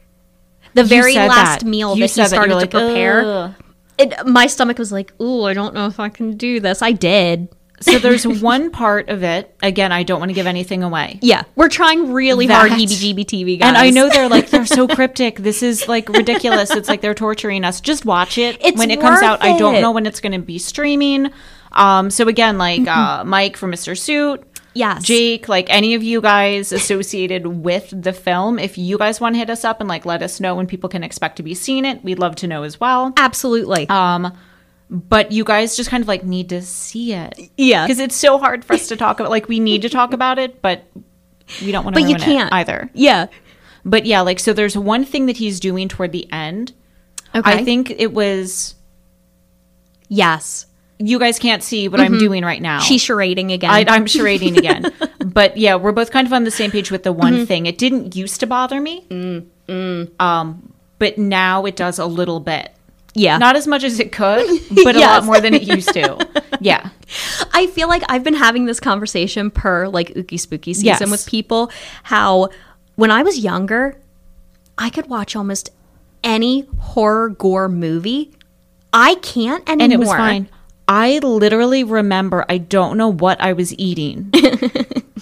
The very
You said
last
that.
meal
You
that he
said
started
you're
to prepare,
"Ugh."
it, my stomach was like, "Ooh, I don't know if I can do this." I did.
So there's one part of it. Again, I don't want to give anything away.
Yeah, we're trying really hard, E
That-
heebie-jeebie TV guys.
And I know they're like they're so cryptic. This is like ridiculous. It's like they're torturing us. Just watch it
It's
when it comes
worth
out. I
it.
don't know when it's going to be streaming. Um, so again, like uh, Mike from Mr. Suit,
Mm-hmm. Yes,
Jake, like any of you guys associated with the film, if you guys want to hit us up and like let us know when people can expect to be seeing it, we'd love to know as well.
absolutely.
Um, but you guys just kind of like need to see it
yeah,
because it's so hard for us to talk about. Like we need to talk about it, but we don't want to.
but you
ruin it
can't
either.
Yeah.
But yeah, like so, there's one thing that he's doing toward the end.
Okay.
I think it was.
yes.
You guys can't see what
Mm-hmm.
I'm doing right now.
She's charading again.
I, I'm charading again. but yeah, we're both kind of on the same page with the one
Mm-hmm.
thing. It didn't used to bother me, um,
Mm,
but now it does a little bit.
yeah.
Not as much as it could, but a
Yes.
lot more than it used to. Yeah.
I feel like I've been having this conversation per like Ookie Spooky season
Yes.
with people. How when I was younger, I could watch almost any horror gore movie. I can't anymore.
And it was fine. I literally remember, I don't know what I was eating.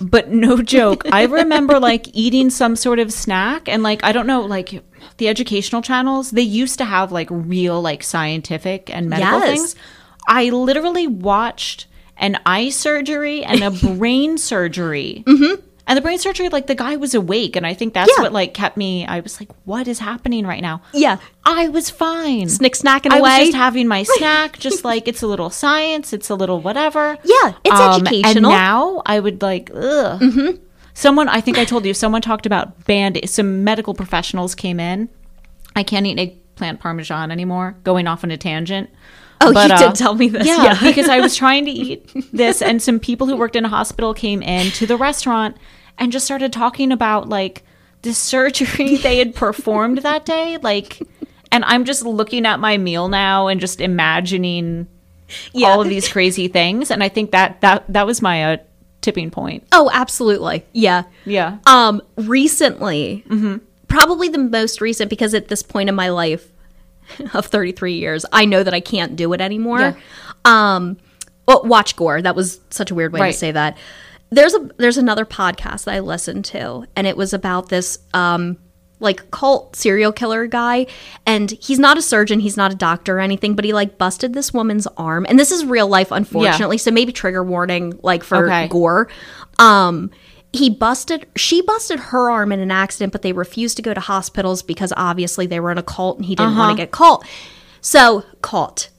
but no joke, I remember like eating some sort of snack and like I don't know, like the educational channels, they used to have like real like scientific and medical
Yes.
things. I literally watched an eye surgery and a brain surgery. Mm-hmm. And the brain surgery, like the guy was awake, and I think that's
Yeah.
what like kept me. I was like, "What is happening right now?"
Yeah,
I was fine.
snick snacking
I
away.
was just having my snack, just like it's a little science, it's a little whatever. Um,
Yeah, it's educational. Mm-hmm.
And now I would like, ugh. Someone, I think I told you, someone talked about band. Some medical professionals came in. I can't eat egg plant parmesan anymore, going off on a tangent.
Oh,
But,
you
uh,
did tell me this.
Yeah, because I was trying to eat this, and some people who worked in a hospital came in to the restaurant and just started talking about like the surgery they had performed that day. Like, and I'm just looking at my meal now and just imagining
Yeah.
all of these crazy things. And I think that that that was my uh, tipping point.
Oh, absolutely. Yeah.
Yeah.
Um, recently,
Mm-hmm.
probably the most recent because at this point in my life of 33 years, I know that I can't do it anymore.
Yeah.
Um, well, watch gore. That was such a weird way
Right.
to say that. There's a there's another podcast that I listened to, and it was about this um like cult serial killer guy, and he's not a surgeon, he's not a doctor or anything, but he like busted this woman's arm, and this is real life, unfortunately. So maybe trigger warning, like for
Okay.
gore. Um, he busted, she busted her arm in an accident, but they refused to go to hospitals because obviously they were in a cult and he didn't
Uh-huh.
want to get caught. So caught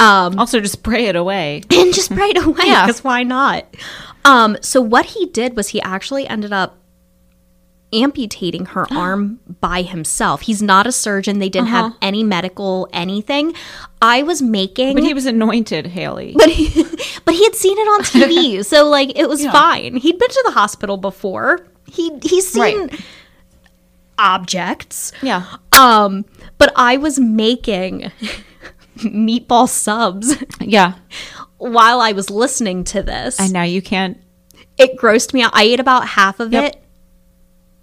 also, just pray it away.
and just right away
Yeah.
because why not? Um, so what he did was he actually ended up amputating her arm by himself. He's not a surgeon. They didn't have any medical anything. I was making
But he was anointed, Haley.
but he, but he had seen it on TV, so like it was fine. He'd been to the hospital before. He he's seen objects.
Yeah.
Um, but I was making meatball subs
Yeah.
while I was listening to this.
And now you can't
It grossed me out. I ate about half of
Yep.
it,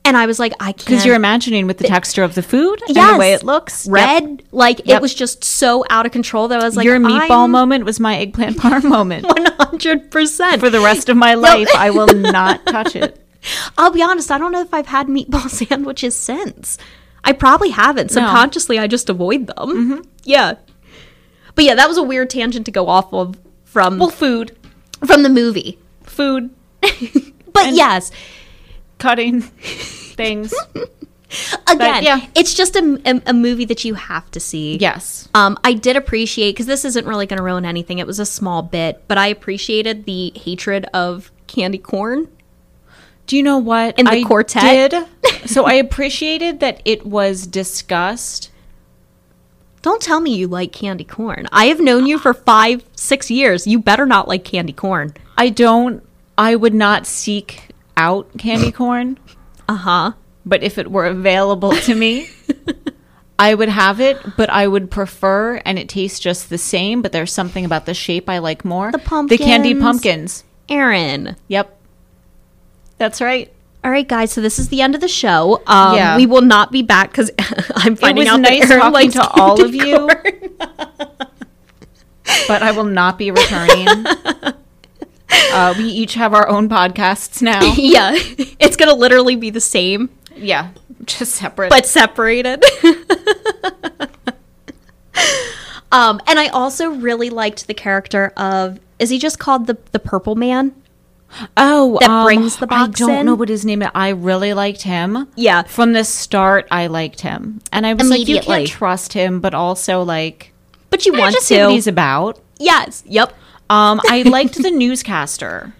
and I was like, I can't.
because you're imagining with the texture of the food and
Yes.
the way it looks.
red. Like it
Yep.
was just so out of control that I was like,
Your meatball
I'm
moment was my eggplant parm moment.
One hundred percent.
For the rest of my life, I will not touch it.
I'll be honest, I don't know if I've had meatball sandwiches since. I probably haven't. Subconsciously, I just avoid them.
Mm-hmm.
Yeah. But yeah, that was a weird tangent to go off of from
Well, food,
from the movie.
food,
But yes,
cutting things.
again,
yeah.
it's just a, a, a movie that you have to see.
Yes.
Um, I did appreciate because this isn't really going to ruin anything. It was a small bit, but I appreciated the hatred of candy corn.
Do you know what?
And the
I
quartet?
Did, so I appreciated that it was discussed.
Don't tell me you like candy corn. I have known you for five, six years. You better not like candy corn.
I don't, I would not seek out candy corn,
Uh huh.
but if it were available to me, I would have it, but I would prefer, and it tastes just the same, but there's something about the shape I like more.
The
The candied
pumpkins.
pumpkins.
Aaron.
Yep. That's right.
All right, guys. So this is the end of the show. Um,
Yeah.
We will not be back because I'm
It
finding
was
out that
nice
Aaron
talking
likes
to all of
candy
you,
corn.
but I will not be returning. uh, we each have our own podcasts now.
yeah, it's gonna literally be the same
Yeah, just separate.
but separated. um, and I also really liked the character of is he just called the the Purple Man?
oh,
that brings the box
I don't
in.
know what his name is. I really liked him.
Yeah.
from the start, I liked him, and I was like, you
Immediately.
can't trust him, but also like,
But you
I
want
just see
to?
what he's about.
yes. Yep.
Um, I liked the newscaster.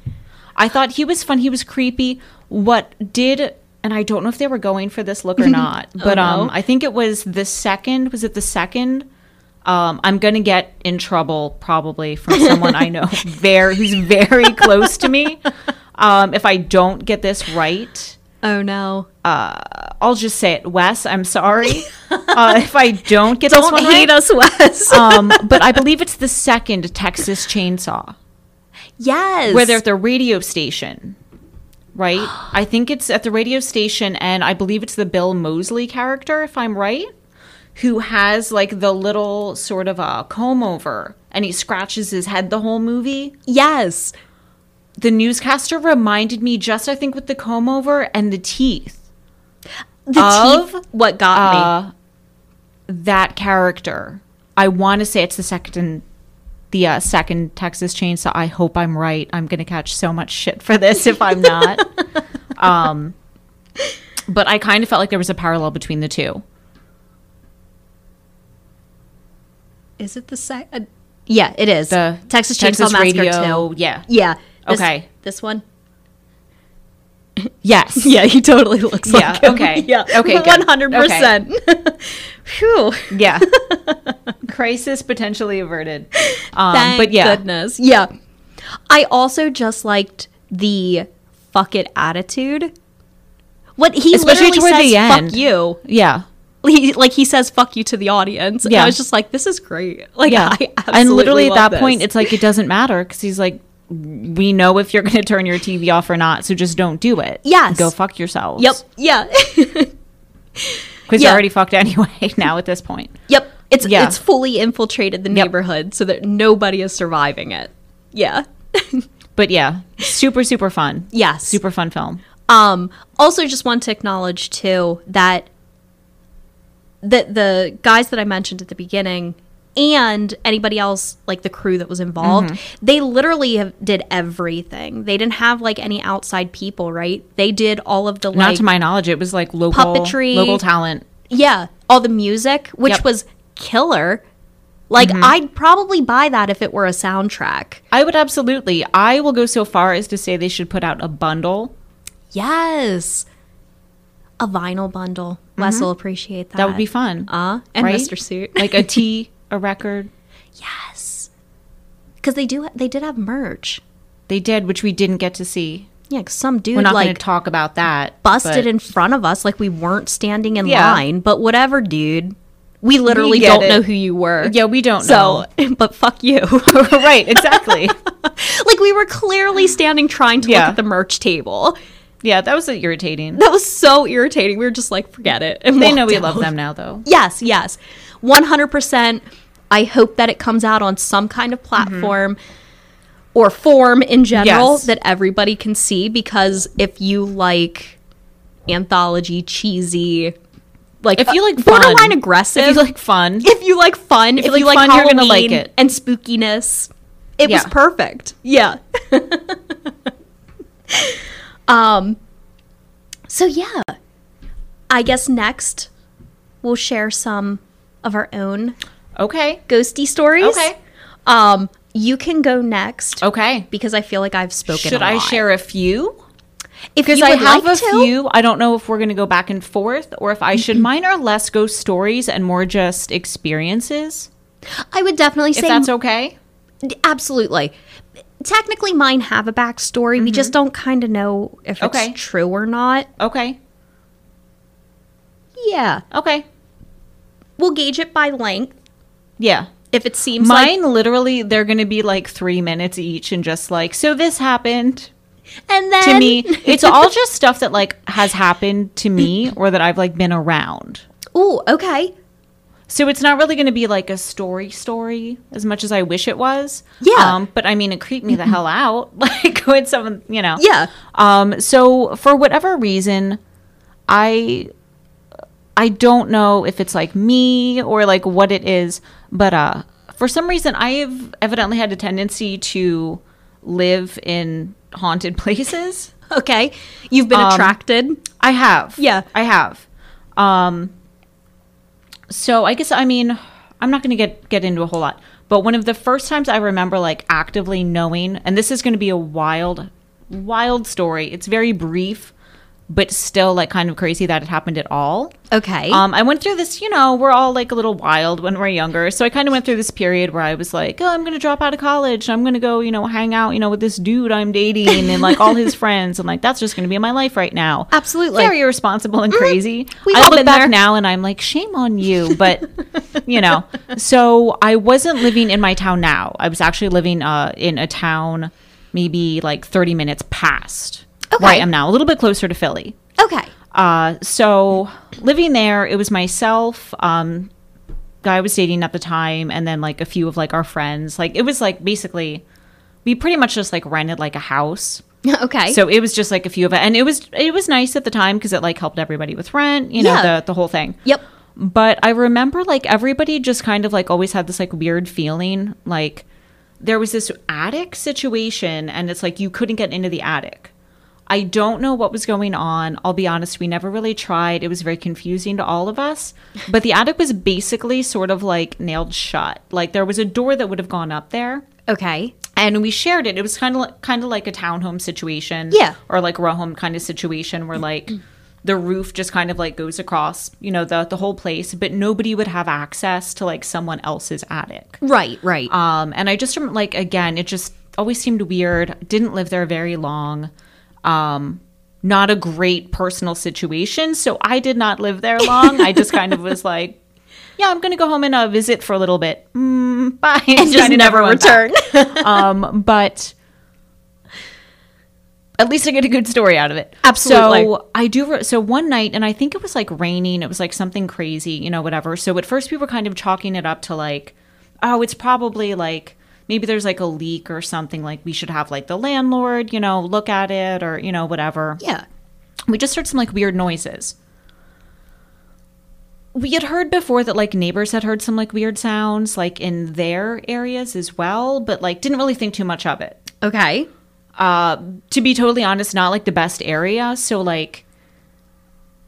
I thought he was fun. He was creepy. What did and I don't know if they were going for this
Oh,
look or not, but um, I think it was the second. Was it the second? Um, I'm gonna get in trouble probably from someone I know very who's very close to me. Um, if I don't get this right,
Oh no!
I'll just say it, Wes. I'm sorry. Uh, if I don't get this
Don't
one
hate
right,
us, Wes.
um, but I believe it's the second Texas Chainsaw
yes.
where they're at the radio station, right? I think it's at the radio station, and I believe it's the Bill Mosley character, if I'm right, who has like the little sort of a comb over, and he scratches his head the whole movie.
yes.
The newscaster reminded me just, I think, with the comb over and the teeth
The
Of,
teeth. What got me?
uh, that character. I want to say it's the second, the uh, second Texas Chainsaw. I hope I'm right. I'm gonna catch so much shit for this if I'm not. um, but I kind of felt like there was a parallel between the two.
Is it the second? Yeah, it is.
The
Texas Chainsaw Massacre
Radio-
2.
Yeah.
Yeah. This-
Okay.
This one?
Yes.
Yeah, he totally looks
Yeah,
like him.
okay.
Yeah.
Okay, good.
100%. Phew.
Yeah. Crisis potentially averted. Um,
Thank
but yeah,
goodness. Yeah. I also just liked the fuck it attitude. What he
Especially
literally
toward
says,
the
fuck
end.
you.
yeah.
He, like he says, fuck you to the audience. And
Yeah.
I was just like, this is great. Like,
Yeah.
I absolutely
and literally at
love
that
this.
point, it's like it doesn't matter because he's like, we know if you're going to turn your TV off or not, so just don't do it.
Yes.
Go fuck yourselves.
Yep. Yeah.
Because
Yeah.
you're already fucked anyway now at this point.
yep. It's
Yeah.
it's fully infiltrated the
Yep.
neighborhood so that nobody is surviving it. Yeah.
But yeah, super, super fun.
Yes.
Super fun film.
Um, also, just want to acknowledge too that that the guys that I mentioned at the beginning and anybody else like the crew that was involved,
Mm-hmm.
they literally have, did everything. They didn't have like any outside people, right? They did all of the like
Not to my knowledge, it was like local
puppetry.
local talent.
yeah, all the music, which
Yep. Mm-hmm.
was killer. Like I'd probably buy that if it were a soundtrack.
I would absolutely. I will go so far as to say they should put out a bundle.
Yes. A vinyl bundle. Wes will appreciate that.
Mm-hmm. That would be fun.
Uh, and
right?
Mr. Suit.
like a T, a record.
Yes. Because they do, they did have merch.
They did, which we didn't get to see.
Yeah, 'cause some dude
We're not going
like
to talk about that.
busted
but
in front of us, like we weren't standing in
Yeah.
line. But whatever, dude. We literally
get
don't
it.
know who you were.
Yeah, we don't
so, but fuck you.
know. right, exactly.
like we were clearly standing trying to
Yeah.
look at the merch table.
yeah, that was irritating.
That was so irritating. We were just like, forget it. And
They
walked
know we
out.
love them now, though.
Yes, yes. 100%. I hope that it comes out on some kind of platform or form in general
Yes.
that everybody can see because if you like anthology, cheesy, like uh,
If you like
borderline
fun.
aggressive,
If you like fun,
if you like fun, if,
If
you
you
like
fun, you're
Halloween
gonna like it.
and spookiness, it was
Yeah.
perfect. Yeah. um. So yeah, I guess next we'll share some of our own
okay,
ghosty stories.
Okay.
Um, you can go next
okay.
because I feel like I've spoken.
Should
I
I share a few?
If
Because
you
I
would
have
like
a
to,
few. I don't know if we're going to go back and forth or if I should. Mine are less ghost stories and more just experiences.
I would definitely
If
say
that's okay.
Absolutely. Technically, mine have a backstory. We just don't kind of know if
Mm-hmm. Okay.
it's true or not.
Okay.
Yeah.
Okay.
We'll gauge it by length.
Yeah.
If it seems
Mine literally, they're going to be like three minutes each and just like, so this happened
like. And then.
to me. It's all just stuff that like has happened to me or that I've like been around.
Ooh, okay.
So it's not really going to be like a story story as much as I wish it was. Um,
Yeah. Mm-hmm.
but I mean, it creeped me the hell out. Like when someone, you know.
Yeah.
Um, so for whatever reason, I I don't know if it's like me or like what it is, but uh for some reason I've evidently had a tendency to live in haunted places.
Okay. You've
Um,
been attracted.
I have.
Yeah.
I have. Um so I guess I mean I'm not going to get get into a whole lot, but one of the first times I remember like actively knowing and this is going to be a wild wild story. It's very brief but still like kind of crazy that it happened at all.
Okay.
Um, I went through this, you know, we're all like a little wild when we're younger. So I kind of went through this period where I was like, oh, I'm going to drop out of college. I'm going to go, you know, hang out, you know, with this dude I'm dating and like all his friends. And like, that's just going to be my life right now.
Absolutely.
Very irresponsible and crazy.
We've
I
Mm-hmm. all
look
been
back
there.
now and I'm like, shame on you. But, you know, so I wasn't living in my town now. I was actually living uh, in a town maybe like 30 minutes past where I
Okay.
am now, a little bit closer to Philly.
okay.
Uh, so living there, it was myself, um, guy I was dating at the time, and then like a few of like our friends. Like it was like basically, we pretty much just like rented like a house.
okay.
So it was just like a few of it, and it was it was nice at the time because it like helped everybody with rent, you know,
Yeah.
the the whole thing.
yep.
But I remember like everybody just kind of like always had this like weird feeling like there was this attic situation and it's like you couldn't get into the attic. I don't know what was going on. I'll be honest, we never really tried. It was very confusing to all of us. But the attic was basically sort of like nailed shut. Like there was a door that would have gone up there
Okay.
and we shared it. It was kind of kind of like a townhome situation,
Yeah.
or like row home kind of situation where like the roof just kind of like goes across, you know, the the whole place, but nobody would have access to like someone else's attic.
Right, right.
Um, and I just rem- like again, it just always seemed weird. Didn't live there very long. Um, not a great personal situation, so I did not live there long. I just kind of was like, yeah, I'm gonna go home and uh, visit for a little bit. Mm, bye,
and just never return.
um, but at least I get a good story out of it.
Absolutely.
So I do. Re- so one night, and I think it was like raining. It was like something crazy, you know, whatever. So at first we were kind of chalking it up to like, oh, it's probably like maybe there's like a leak or something. Like we should have like the landlord, you know, look at it or you know whatever
yeah.
we just heard some like weird noises. We had heard before that like neighbors had heard some like weird sounds like in their areas as well, but like didn't really think too much of it.
Okay.
Uh, to be totally honest, not like the best area. So like,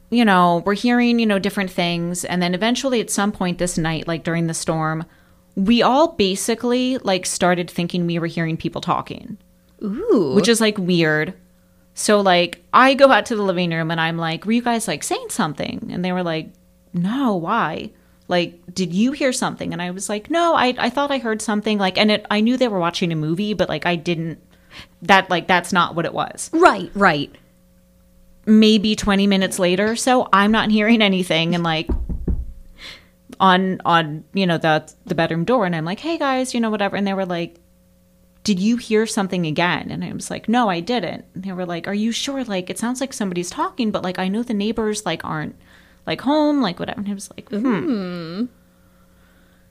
you know, we're hearing you know different things, and then eventually at some point this night, like during the storm, we all basically like started thinking we were hearing people talking
Ooh.
which is like weird. So like I go out to the living room and I'm like, "Were you guys like saying something?" And they were like, "No, why?" Like, "Did you hear something?" And I was like, "No, I I thought I heard something." Like, and it, I knew they were watching a movie, but like I didn't that like that's not what it was.
right, right.
Maybe 20 minutes later, so I'm not hearing anything and like on on, you know, the the bedroom door and I'm like, "Hey guys, you know whatever." And they were like, did you hear something again? And I was like, no, I didn't. And they were like, are you sure? Like, it sounds like somebody's talking, but like, I know the neighbors like aren't like home, like whatever. And I was like, hmm.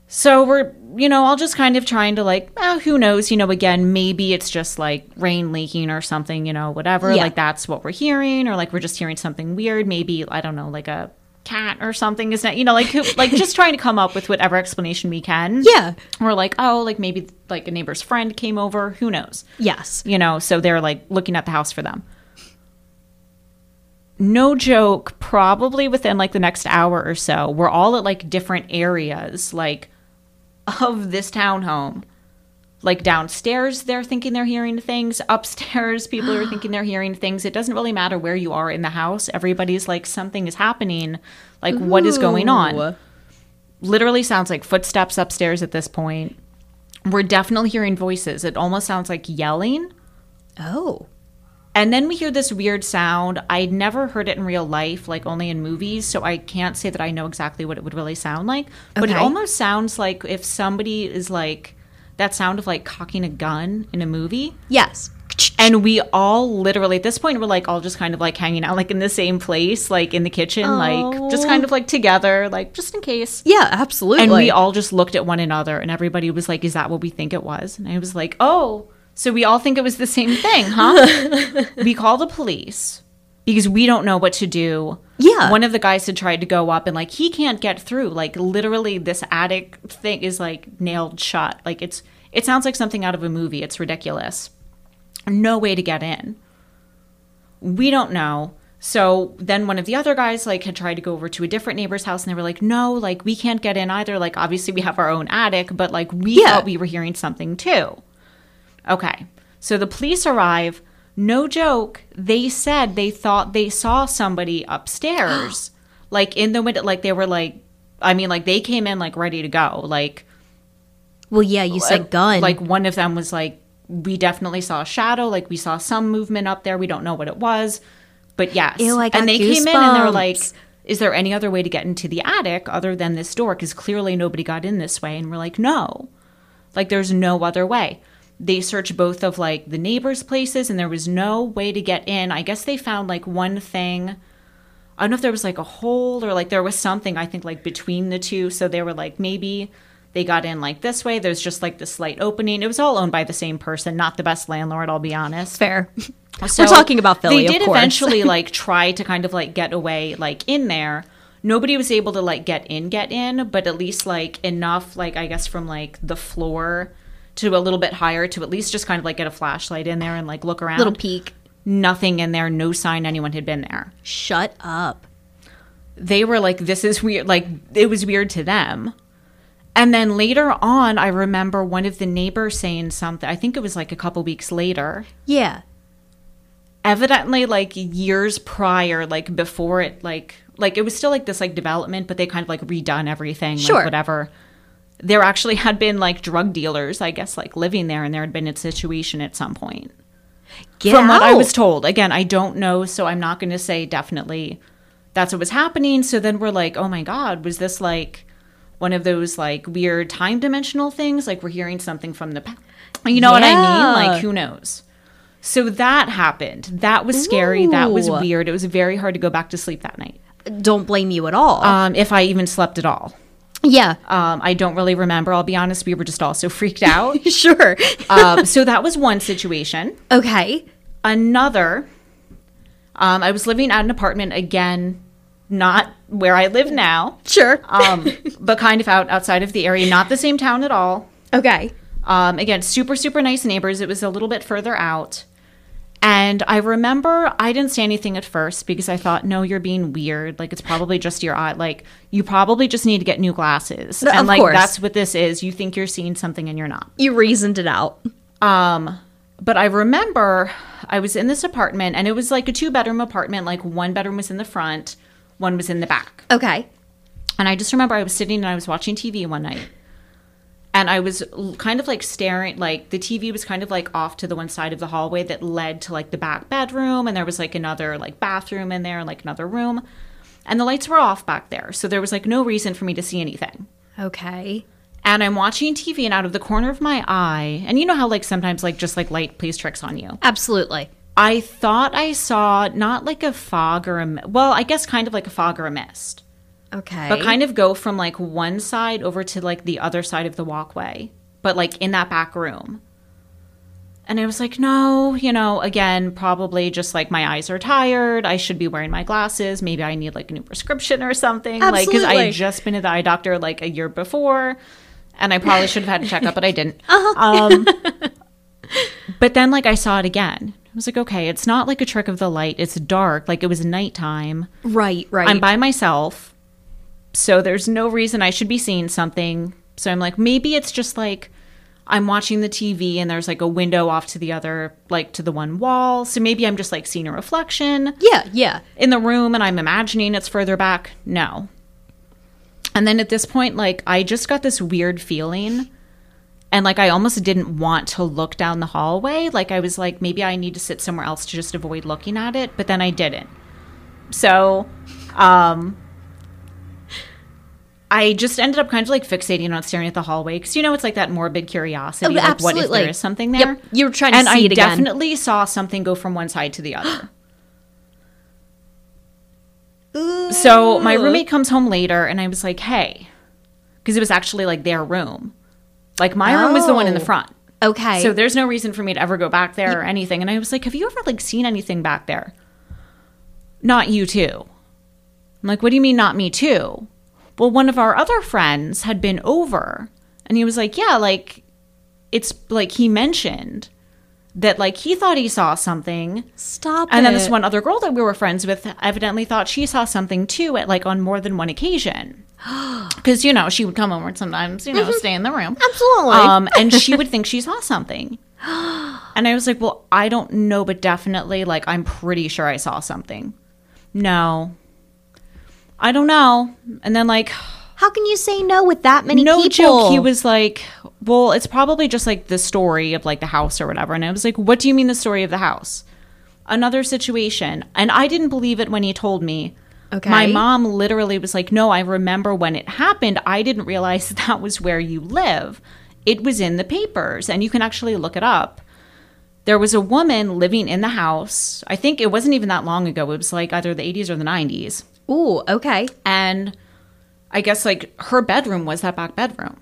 So we're, you know, all just kind of trying to like, oh, who knows? You know, again, maybe it's just like rain leaking or something, you know, whatever.
Yeah.
Like that's what we're hearing, or like we're just hearing something weird. Maybe I don't know, like a cat or something is not, you know, like who, like just trying to come up with whatever explanation we can
Yeah.
we're like, oh, like maybe like a neighbor's friend came over. Who knows?
Yes.
You know, so they're like looking at the house for them. No joke, probably within like the next hour or so, we're all at like different areas, like of this townhome. Like downstairs, they're thinking they're hearing things. Upstairs, people are thinking they're hearing things. It doesn't really matter where you are in the house. Everybody's like, something is happening. Like, what is going on?
Ooh.
literally sounds like footsteps upstairs at this point. We're definitely hearing voices. It almost sounds like yelling.
Oh.
And then we hear this weird sound. I'd never heard it in real life, like only in movies, so I can't say that I know exactly what it would really sound like. But it
Okay.
almost sounds like if somebody is like that sound of like cocking a gun in a movie.
Yes.
And we all literally at this point we're like all just kind of like hanging out like in the same place, like in the kitchen, like just
Oh.
kind of like together, like just in case.
Yeah, absolutely.
And we all just looked at one another, and everybody was like, "Is that what we think it was?" And I was like, "Oh, so we all think it was the same thing, huh?" we call the police because we don't know what to do.
Yeah.
One of the guys had tried to go up, and like he can't get through. Like literally, this attic thing is like nailed shut. Like it's it sounds like something out of a movie. It's ridiculous. No way to get in we don't know. So then one of the other guys like had tried to go over to a different neighbor's house and they were like, "No, like we can't get in either. Like obviously we have our own attic, but like we
Yeah.
thought we were hearing something too." Okay. So the police arrive. No joke. They said they thought they saw somebody upstairs, like in the window. Like they were like, I mean, like they came in like ready to go. Like
Well, yeah, you said gun.
like one of them was like, we definitely saw a shadow. Like we saw some movement up there. We don't know what it was, but yes.
Ew, I got
and they came in and they were like,
goosebumps.
is there any other way to get into the attic other than this door? Because clearly nobody got in this way. And we're like, no, like there's no other way. They searched both of like the neighbors' places and there was no way to get in. I guess they found like one thing. I don't know if there was like a hole or like there was something I think like between the two. So they were like maybe they got in like this way. There's just like the slight opening. It was all owned by the same person, not the best landlord, I'll be honest.
fair.
So
We're talking about Philly,
They did
of course.
eventually like try to kind of like get away like in there. Nobody was able to like get in, get in, but at least like enough like I guess from like the floor to a little bit higher to at least just kind of like get a flashlight in there and like look around.
Little peek.
Nothing in there, no sign anyone had been there
Shut up.
they were like, this is weird. Like, it was weird to them. And then later on, I remember one of the neighbors saying something. I think it was like a couple weeks later.
Yeah.
evidently like years prior, like before it, like like it was still like this like development, but they kind of like redone everything,
Sure.
like, whatever. There actually had been like drug dealers, I guess, like living there, and there had been a situation at some point.
Get
From what I
out.
was told, again, I don't know, so I'm not going to say definitely that's what was happening. So then we're like, oh my god, was this like one of those like weird time dimensional things? Like we're hearing something from the, pa- you know what I mean?
Yeah.
Like who knows? So that happened. That was scary. That was
Ooh.
weird. It was very hard to go back to sleep that night.
don't blame you at all.
Um, if I even slept at all.
yeah,
Um, I don't really remember. I'll be honest. We were just all so freaked out.
sure.
um, so that was one situation.
okay.
Another, um, I was living at an apartment again, not where I live now,
Sure.
um, but kind of out outside of the area, not the same town at all.
okay.
Um, again, super, super nice neighbors. It was a little bit further out. And I remember I didn't say anything at first because I thought, no, you're being weird. Like, it's probably just your eye. Like, you probably just need to get new glasses.
No,
and,
of
like,
course.
that's what this is. You think you're seeing something and you're not.
You reasoned it out.
Um, but I remember I was in this apartment and it was like a two bedroom apartment. Like, one bedroom was in the front, one was in the back.
Okay.
And I just remember I was sitting and I was watching TV one night. And I was l- kind of like staring, like the TV was kind of like off to the one side of the hallway that led to like the back bedroom. And there was like another like bathroom in there, like another room. And the lights were off back there. So there was like no reason for me to see anything.
Okay.
And I'm watching TV and out of the corner of my eye, and you know how like sometimes like just like light plays tricks on you.
Absolutely.
I thought I saw not like a fog or a, mi- well, I guess kind of like a fog or a mist
Okay.
but kind of go from like one side over to like the other side of the walkway, but like in that back room. And I was like, no, you know, again, probably just like my eyes are tired. I should be wearing my glasses. Maybe I need like a new prescription or something. Like, because I
Absolutely.
had just been to the eye doctor like a year before and I probably should have had a checkup, but I didn't. Um, but then like I saw it again. I was like, okay, it's not like a trick of the light. It's dark. Like it was nighttime.
right, right.
I'm by myself, so there's no reason I should be seeing something. So I'm like, maybe it's just like I'm watching the TV and there's like a window off to the other, like to the one wall. So maybe I'm just like seeing a reflection
yeah, yeah.
in the room and I'm imagining it's further back. No. And then at this point, like, I just got this weird feeling. And like, I almost didn't want to look down the hallway. Like, I was like, maybe I need to sit somewhere else to just avoid looking at it. But then I didn't. So, um, I just ended up kind of like fixating on staring at the hallway because you know it's like that morbid curiosity.
Oh,
like, what if
absolutely.
there is something
Yep,
there?
you're trying to
and
see
I
it again.
definitely saw something go from one side to the other. So my roommate comes home later, and I was like, "Hey," because it was actually like their room. Like my room was the one in the
Oh.
front,
Okay.
so there's no reason for me to ever go back there or anything. And I was like, "Have you ever like seen anything back there?" Not you too. I'm like, "What do you mean, not me too?" Well, one of our other friends had been over, and he was like, "Yeah, like it's like he mentioned." That like he thought he saw something,
Stop
and then
it.
this one other girl that we were friends with evidently thought she saw something too at like on more than one occasion. Because, you know, she would come over sometimes, you know, stay in the room.
Absolutely.
Um, and she would think she saw something. And I was like, well, I don't know, but definitely, like, I'm pretty sure I saw something. No. I don't know. And then, like,
How can you say no with that many
no
people?
joke, he was like, well, it's probably just like the story of like the house or whatever. And I was like, what do you mean the story of the house? Another situation. And I didn't believe it when he told me.
Okay.
My mom literally was like, no, I remember when it happened. I didn't realize that was where you live. It was in the papers, and you can actually look it up. There was a woman living in the house. I think it wasn't even that long ago. It was like either the 80s or the 90s.
Ooh. Okay.
And I guess like her bedroom was that back bedroom.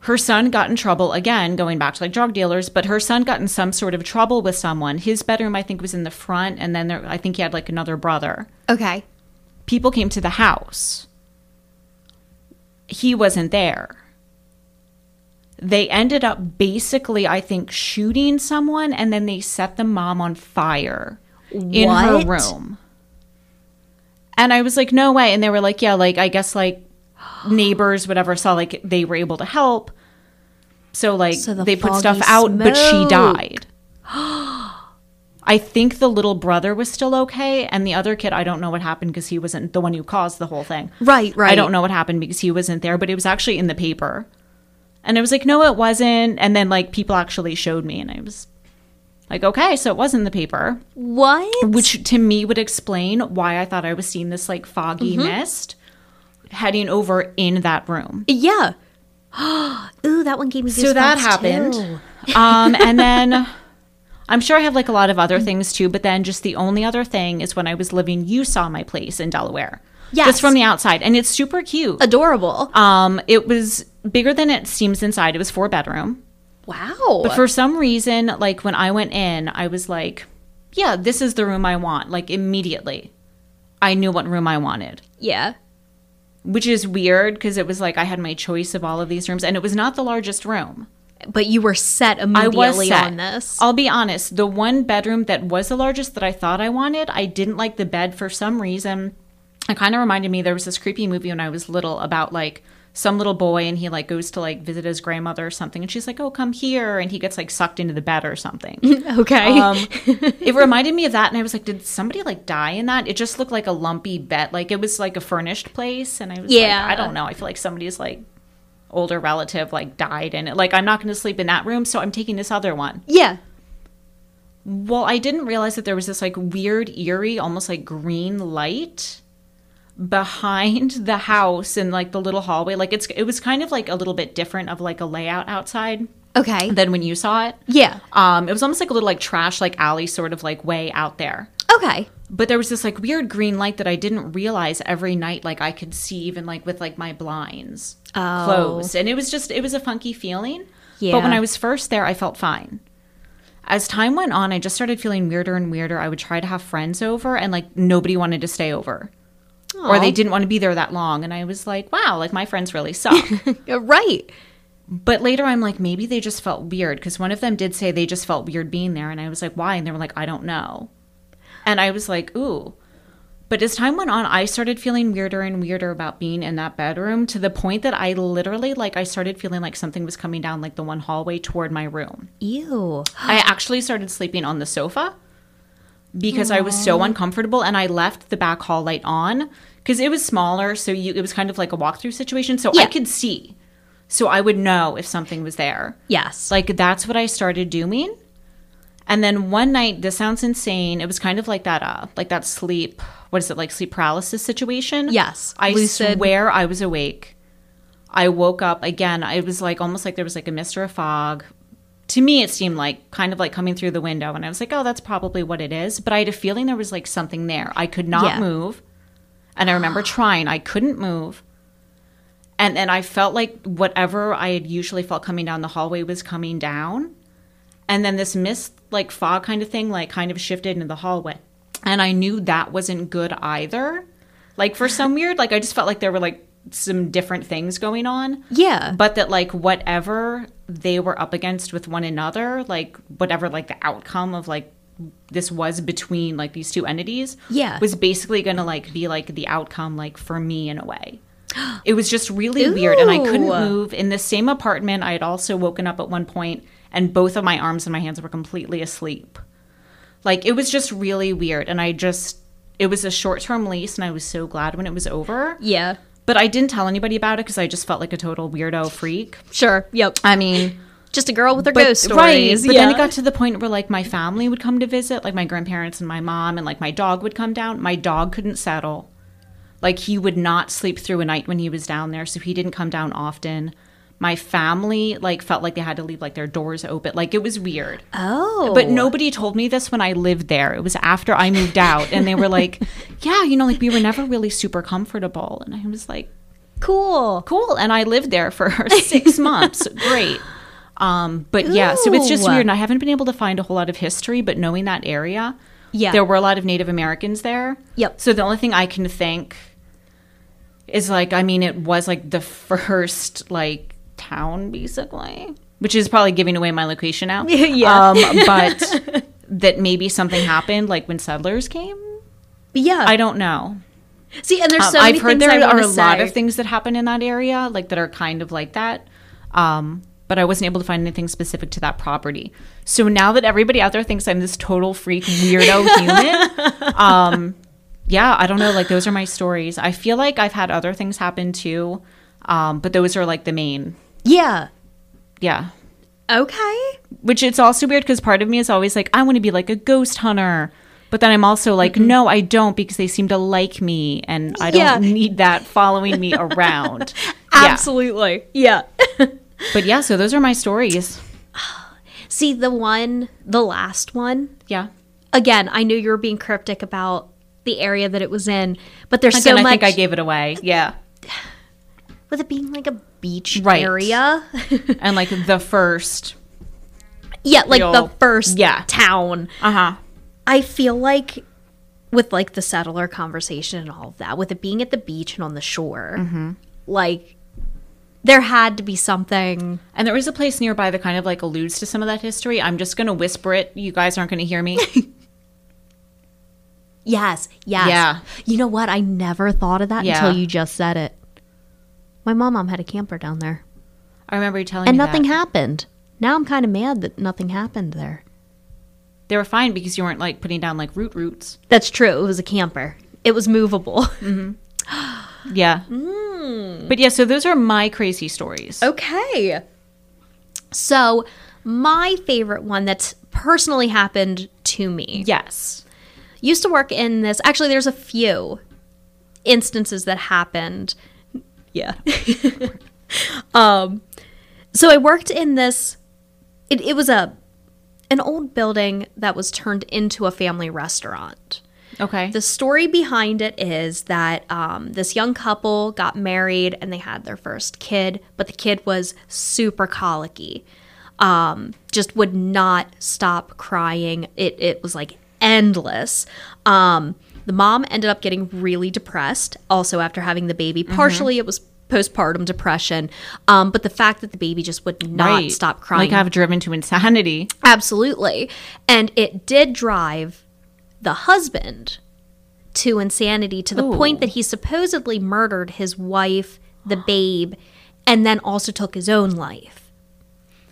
Her son got in trouble again, going back to like drug dealers, but her son got in some sort of trouble with someone. His bedroom, I think, was in the front, and then there, I think he had like another brother.
Okay.
People came to the house. He wasn't there. They ended up basically, I think, shooting someone, and then they set the mom on fire in
What?
her room. And I was like, no way. And they were like, yeah, like I guess like neighbors, whatever, saw like they were able to help. So like
So the
they put
foggy
stuff out, but she
smoke.
died. I think the little brother was still okay, and the other kid, I don't know what happened because he wasn't the one who caused the whole thing.
Right, right.
I don't know what happened because he wasn't there, but it was actually in the paper. And I was like, no, it wasn't. And then, like, people actually showed me, and I was like, okay, so it was in the paper,
What?
which to me would explain why I thought I was seeing this, like, foggy
Mm-hmm.
mist heading over in that room.
Yeah. Ooh, that one gave me goosebumps
so that happened.
too.
Um, and then I'm sure I have like a lot of other things too, but then just the only other thing is when I was living, you saw my place in Delaware.
Yes.
Just from the outside. And it's super cute.
Adorable.
Um, it was bigger than it seems inside. It was four bedroom.
wow.
But for some reason, like when I went in, I was like, yeah, this is the room I want. Like immediately, I knew what room I wanted
yeah.
which is weird because it was like I had my choice of all of these rooms, and it was not the largest room.
But you were set
I
immediately
was set.
on this.
I'll be honest. The one bedroom that was the largest that I thought I wanted, I didn't like the bed for some reason. It kind of reminded me there was this creepy movie when I was little about like some little boy and he like goes to like visit his grandmother or something, and she's like, "Oh, come here," and he gets like sucked into the bed or something.
Okay.
Um, it reminded me of that, and I was like, "Did somebody like die in that?" It just looked like a lumpy bed, like it was like a furnished place, and I was
Yeah.
like, "I don't know." I feel like somebody's like older relative like died in it. Like I'm not going to sleep in that room, so I'm taking this other one.
yeah.
Well, I didn't realize that there was this like weird, eerie, almost like green light behind the house and like the little hallway. Like it's it was kind of like a little bit different of like a layout outside
Okay.
than when you saw it.
yeah.
Um, it was almost like a little like trash like alley sort of like way out there.
Okay.
But there was this like weird green light that I didn't realize every night like I could see even like with like my blinds
Oh.
closed. And it was just it was a funky feeling.
Yeah.
But when I was first there, I felt fine. As time went on, I just started feeling weirder and weirder. I would try to have friends over and like nobody wanted to stay over. Or they didn't want to be there that long. And I was like, wow, like my friends really suck.
You're right.
But later, I'm like, maybe they just felt weird because one of them did say they just felt weird being there. And I was like, why? And they were like, I don't know. And I was like, ooh. But as time went on, I started feeling weirder and weirder about being in that bedroom to the point that I literally, like, I started feeling like something was coming down, like, the one hallway toward my room.
Ew.
I actually started sleeping on the sofa because I was so uncomfortable and I left the back hall light on because it was smaller. So you, it was kind of like a walkthrough situation. So
Yeah.
I could see. So I would know if something was there.
Yes.
Like that's what I started doing. And then one night, this sounds insane. It was kind of like that, uh, like that sleep. What is it like sleep paralysis situation?
Yes.
I
Lucid.
swear I was awake. I woke up again. It was like almost like there was like a mist or a fog. To me, it seemed like kind of like coming through the window, and I was like, "Oh, that's probably what it is." But I had a feeling there was like something there. I could not
Yeah.
move, and I remember trying. I couldn't move, and then I felt like whatever I had usually felt coming down the hallway was coming down, and then this mist, like fog kind of thing, like kind of shifted into the hallway, and I knew that wasn't good either. Like for some weird, like I just felt like there were like some different things going on
yeah.
but that like whatever they were up against with one another like whatever like the outcome of like this was between like these two entities
Yeah.
was basically gonna like be like the outcome like for me in a way it was just really weird and i couldn't
Ooh.
move in the same apartment i had also woken up at one point and both of my arms and my hands were completely asleep like it was just really weird and i just it was a short-term lease and i was so glad when it was over
yeah.
but I didn't tell anybody about it because I just felt like a total weirdo freak.
Sure. Yep.
I mean,
Just a girl with her
but,
ghost
right.
stories.
But
yeah.
then it got to the point where like my family would come to visit, like my grandparents and my mom, and like my dog would come down. My dog couldn't settle. Like he would not sleep through a night when he was down there, so he didn't come down often. My family like felt like they had to leave like their doors open. Like it was weird.
oh.
But nobody told me this when I lived there. It was after I moved out and they were like, "Yeah, you know, like we were never really super comfortable." And I was like,
Cool.
cool and i lived there for six months great um but yeah so it's just
Ooh.
weird and i haven't been able to find a whole lot of history but knowing that area
Yeah.
there were a lot of native americans there
Yep.
so the only thing i can think is like i mean it was like the first like town basically which is probably giving away my location now
Yeah.
um but that maybe something happened like when settlers came
yeah.
i don't know
See, and there's
um,
so many
I've heard
things
there
I
are
want
a
to say.
lot of things that happen in that area, like that are kind of like that. Um, but I wasn't able to find anything specific to that property. So now that everybody out there thinks I'm this total freak weirdo human, um, yeah, I don't know. Like those are my stories. I feel like I've had other things happen too, um, but those are like the main.
Yeah.
Yeah.
Okay.
Which it's also weird because part of me is always like, I want to be like a ghost hunter. But then I'm also like, no, I don't because they seem to like me and I
Mm-hmm. Yeah.
don't need that following me around. Yeah.
Absolutely. Yeah.
But yeah, so those are my stories.
See, the one, the last one,
Yeah.
again, I knew you were being cryptic about the area that it was in, but there's
Again,
so
I
much
think I gave it away. Yeah.
with it being like a beach
Right.
area.
And like the first.
yeah, like the
Real-
first
yeah.
town.
Uh huh.
I feel like with like the settler conversation and all of that, with it being at the beach and on the shore,
Mm-hmm.
like there had to be something.
And there is a place nearby that kind of like alludes to some of that history. I'm just going to whisper it. You guys aren't going to hear me.
Yes, yes.
Yeah.
You know what? I never thought of that
Yeah.
until you just said it. My mom mom had a camper down there,
I remember you telling
and
me
nothing
that.
happened. Now I'm kind of mad that nothing happened there.
They were fine because you weren't like putting down like root roots.
That's true. It was a camper. It was movable. Mm.
Yeah. But yeah, so those are my crazy stories.
Oh. Okay. So, my favorite one that's personally happened to me
Yes.
used to work in this. Actually, there's a few instances that happened. Yeah. um, so I worked in this. It, it was a an old building that was turned into a family restaurant.
Okay.
The story behind it is that um, this young couple got married and they had their first kid, but the kid was super colicky. Um, just would not stop crying. It, it was like endless. Um, the mom ended up getting really depressed also after having the baby.
Mm-hmm.
Partially, it was postpartum depression, um, but the fact that the baby just would not
Right.
stop crying.
Like I've driven to insanity.
Absolutely. And it did drive the husband to insanity to the point that he supposedly murdered his wife, the babe, and then also took his own life.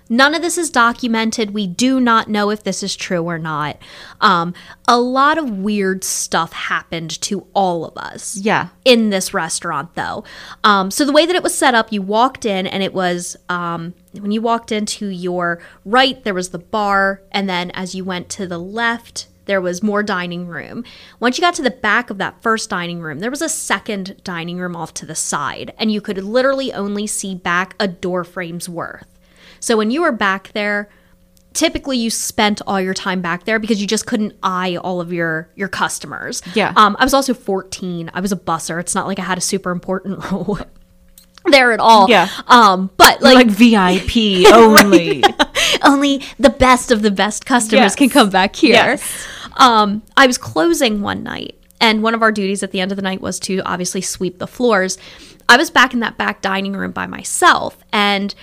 None of this is documented. We do not know if this is true or not. Um, a lot of weird stuff happened to all of us
Yeah.
in this restaurant though um, so the way that it was set up you walked in and it was um, when you walked into your right there was the bar and then as you went to the left there was more dining room once you got to the back of that first dining room there was a second dining room off to the side and you could literally only see back a door frame's worth so when you were back there typically you spent all your time back there because you just couldn't eye all of your your customers
Yeah.
um i was also 14 i was a busser it's not like i had a super important role there at all
Yeah.
um but like,
Like VIP only.
only the best of the best customers
Yes.
can come back here
Yes.
um i was closing one night and one of our duties at the end of the night was to obviously sweep the floors i was back in that back dining room by myself and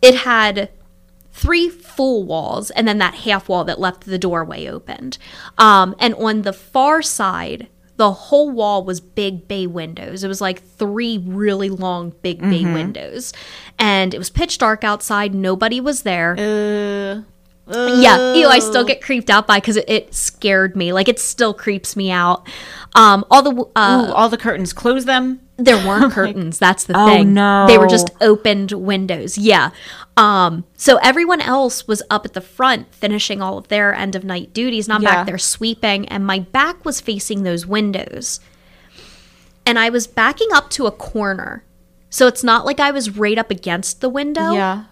it had three full walls and then that half wall that left the doorway opened. Um, and on the far side, the whole wall was big bay windows. It was like three really long big bay windows. And it was pitch dark outside. Nobody was there. Yeah, ew, I still get creeped out by because it, it scared me. Like it still creeps me out. Um, all the w- uh,
Ooh, all the curtains, close them.
there weren't curtains. That's the thing.
Oh, no.
They were just opened windows. Yeah. Um, so everyone else was up at the front finishing all of their end of night duties, and I'm
Yeah.
back there sweeping, and my back was facing those windows. And I was backing up to a corner. So it's not like I was right up against the window
Yeah.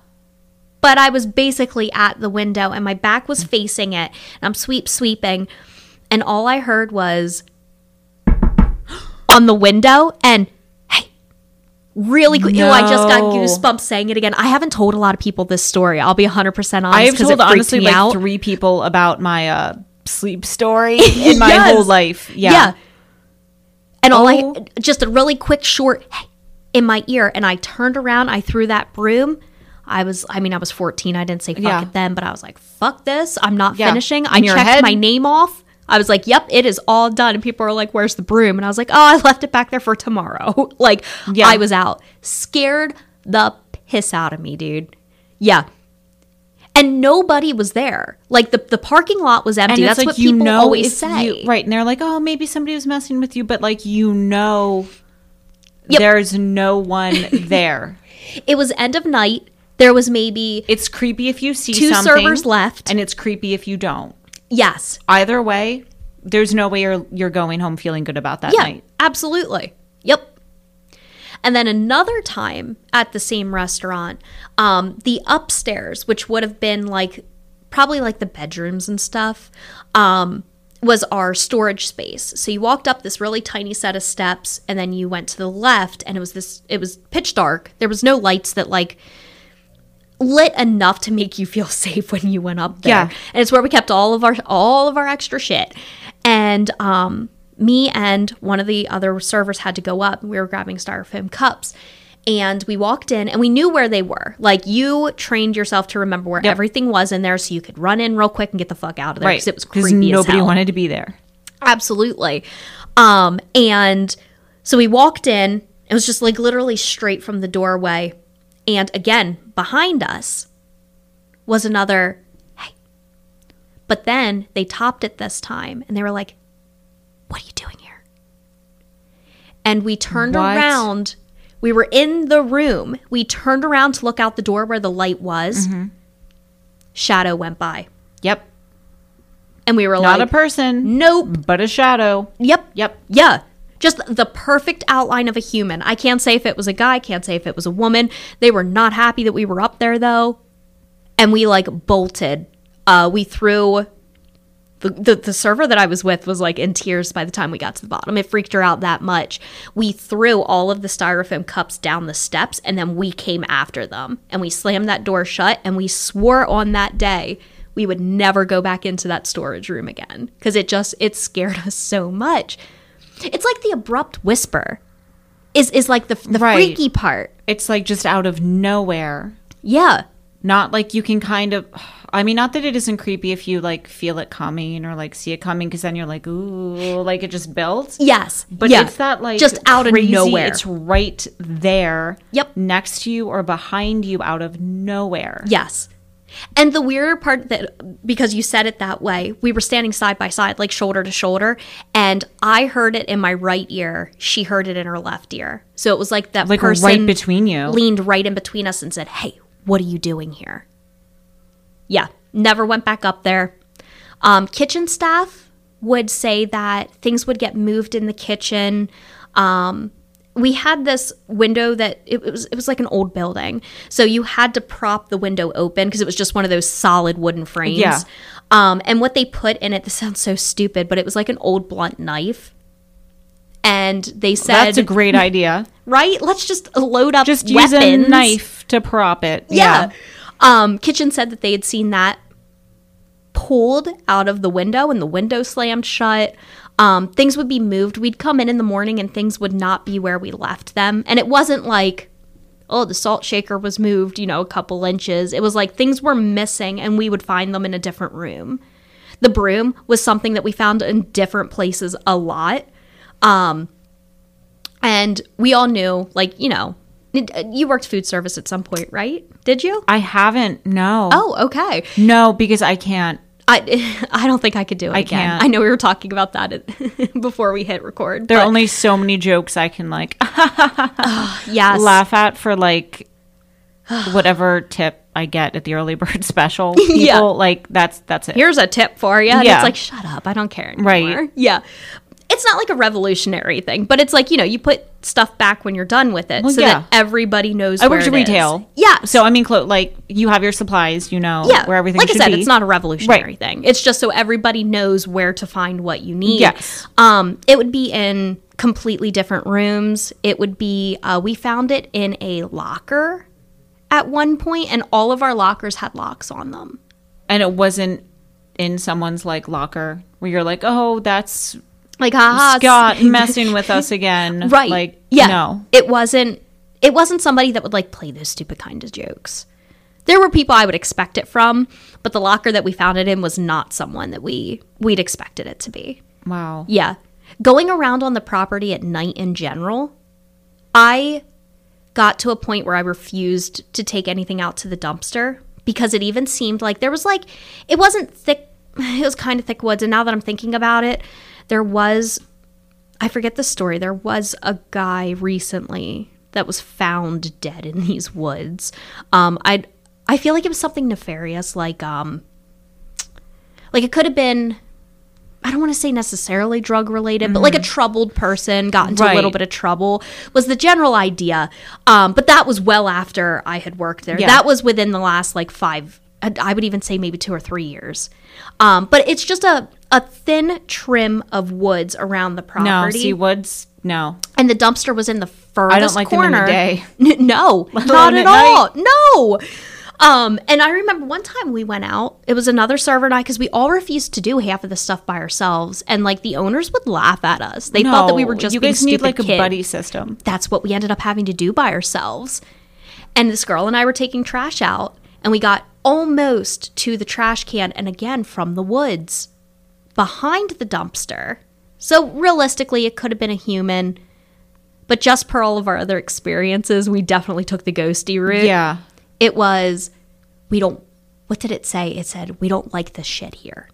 but I was basically at the window and my back was facing it. And I'm sweep sweeping, and all I heard was on the window and hey, really quick. Ew, I just got
No.
goosebumps saying it again. I haven't told a lot of people this story. I'll be 100% honest.
I've
'cause
told
it freaked
honestly
me
like
out.
three people about my uh, sleep story in my
Yes.
whole life. Yeah.
And all
Oh.
I just a really quick short hey, in my ear and I turned around, I threw that broom. I was I mean I was 14. I didn't say fuck
Yeah.
it then, but I was like fuck this. I'm not
Yeah.
finishing. I
In your
checked
head.
my name off. I was like, "Yep, it is all done." And people are like, "Where's the broom?" And I was like, "Oh, I left it back there for tomorrow." like
Yeah.
I was out. Scared the piss out of me, dude. Yeah. And nobody was there. Like the, the parking lot was empty.
And it's
That's
like
what
you
people
know
always
if you-
say.
right? And they're like, oh, maybe somebody was messing with you, but like you know,
Yep.
there's no one there.
It was end of night. There was maybe
it's creepy if you see
two
something,
servers left.
and it's creepy if you don't.
yes.
Either way, there's no way you're you're going home feeling good about that
Yeah.
night.
Absolutely. Yep. And then another time at the same restaurant, um, the upstairs, which would have been like probably like the bedrooms and stuff, um, was our storage space. So you walked up this really tiny set of steps and then you went to the left and it was this it was pitch dark. There was no lights that like lit enough to make you feel safe when you went up there.
Yeah.
And it's where we kept all of our all of our extra shit. And um me and one of the other servers had to go up. We were grabbing styrofoam cups. And we walked in and we knew where they were. Like you trained yourself to remember where everything was in there so you could run in real quick and get the fuck out of there
Right?
because it was creepy as
nobody
hell.
wanted to be there.
Absolutely. Um, and so we walked in. It was just like literally straight from the doorway. And again, behind us was another, hey. But then they topped it this time and they were like, what are you doing here? And we turned
What?
around. We were in the room. We turned around to look out the door where the light was.
Mm-hmm.
Shadow went by.
Yep,
And we were
not
like,
a person,
nope.
but a shadow.
Yep.
Yep.
Yeah. Just the perfect outline of a human. I can't say if it was a guy, can't say if it was a woman. They were not happy that we were up there though. And we like bolted. Uh we threw the, the, the server that I was with was like in tears by the time we got to the bottom. It freaked her out that much. We threw all of the styrofoam cups down the steps and then we came after them and we slammed that door shut and we swore on that day we would never go back into that storage room again because it just it scared us so much. It's like the abrupt whisper is is like the the
Right.
freaky part.
It's like just out of nowhere.
Yeah.
Not like you can kind of. I mean, not that it isn't creepy if you like feel it coming or like see it coming, because then you're like, ooh, like it just built.
Yes.
But
yeah.
it's that like
just out of
crazy-
nowhere.
It's right there.
Yep.
Next to you or behind you out of nowhere.
Yes. And the weirder part that because you said it that way, we were standing side by side, like shoulder to shoulder, and I heard it in my right ear. She heard it in her left ear. So it was like that
Like
person
right between you.
leaned right in between us and said, "Hey, what are you doing here?" Yeah, never went back up there. Um, kitchen staff would say that things would get moved in the kitchen. Um, we had this window that it, it was it was like an old building, so you had to prop the window open because it was just one of those solid wooden frames.
Yeah.
Um, and what they put in it, this sounds so stupid, but it was like an old blunt knife. And they said,
That's a great idea.
right? Let's just load up
Just
weapons.
use a knife to prop it.
Yeah. Um, Kitchen said that they had seen that pulled out of the window and the window slammed shut. Um, things would be moved. We'd come in in the morning and things would not be where we left them. And it wasn't like, oh, the salt shaker was moved, you know, a couple inches. It was like things were missing and we would find them in a different room. The broom was something that we found in different places a lot. Um, and we all knew, like, you know, uh, you worked food service at some point, right? Did you?
I haven't. No.
Oh, okay.
No, because I can't.
I I don't think I could do it again.
can't.
I know we were talking about that before we hit record.
There
but
are only so many jokes I can like
yes,
laugh at for like whatever tip I get at the early bird special. People,
Yeah.
Like that's that's it.
here's a tip for you. And
Yeah.
it's like shut up, I don't care anymore.
Right.
Yeah. It's not like a revolutionary thing, but it's like you know you put stuff back when you're done with it,
Well,
so
yeah.
that everybody knows.
I
where
worked in
it is.
retail.
Yeah.
So I mean, clo- like you have your supplies. You know
yeah,
where everything.
like I
should
said,
be.
it's not a revolutionary
Right.
thing. It's just so everybody knows where to find what you need.
Yes.
Um, it would be in completely different rooms. It would be uh, we found it in a locker at one point, and all of our lockers had locks on them.
and it wasn't in someone's like locker where you're like, oh, that's
Like haha, it's-
Scott messing with us again.
right?
Like
yeah,
no.
it wasn't. It wasn't somebody that would like play those stupid kind of jokes. There were people I would expect it from, but the locker that we found it in was not someone that we we'd expected it to be.
Wow.
Yeah. Going around on the property at night in general, I got to a point where I refused to take anything out to the dumpster because it even seemed like there was like it wasn't thick it was kind of thick woods and now that I'm thinking about it there was I forget the story there was a guy recently that was found dead in these woods um I I feel like it was something nefarious like um like it could have been I don't want to say necessarily drug related, but like a troubled person got into a little
Right.
bit of trouble was the general idea. Um, but that was well after I had worked there.
Yeah.
That was within the last like five, I- I would even say maybe two or three years. Um, but it's just a, a thin trim of woods around the
No,
property.
see woods. No,
and the dumpster was in the furthest
like them in the
corner.
day.
N- no, not
alone
at
at
all. No. Um, and I remember one time we went out. It was another server and I because we all refused to do half of the stuff by ourselves, and like the owners would laugh at us. They thought that we
No,
were just
you
being
guys need
stupid
like
kids.
a buddy system.
That's what we ended up having to do by ourselves. And this girl and I were taking trash out, and we got almost to the trash can, and again from the woods behind the dumpster. So realistically, it could have been a human. But just per all of our other experiences, we definitely took the ghosty route
Yeah,
it was we don't what did it say it said we don't like this shit here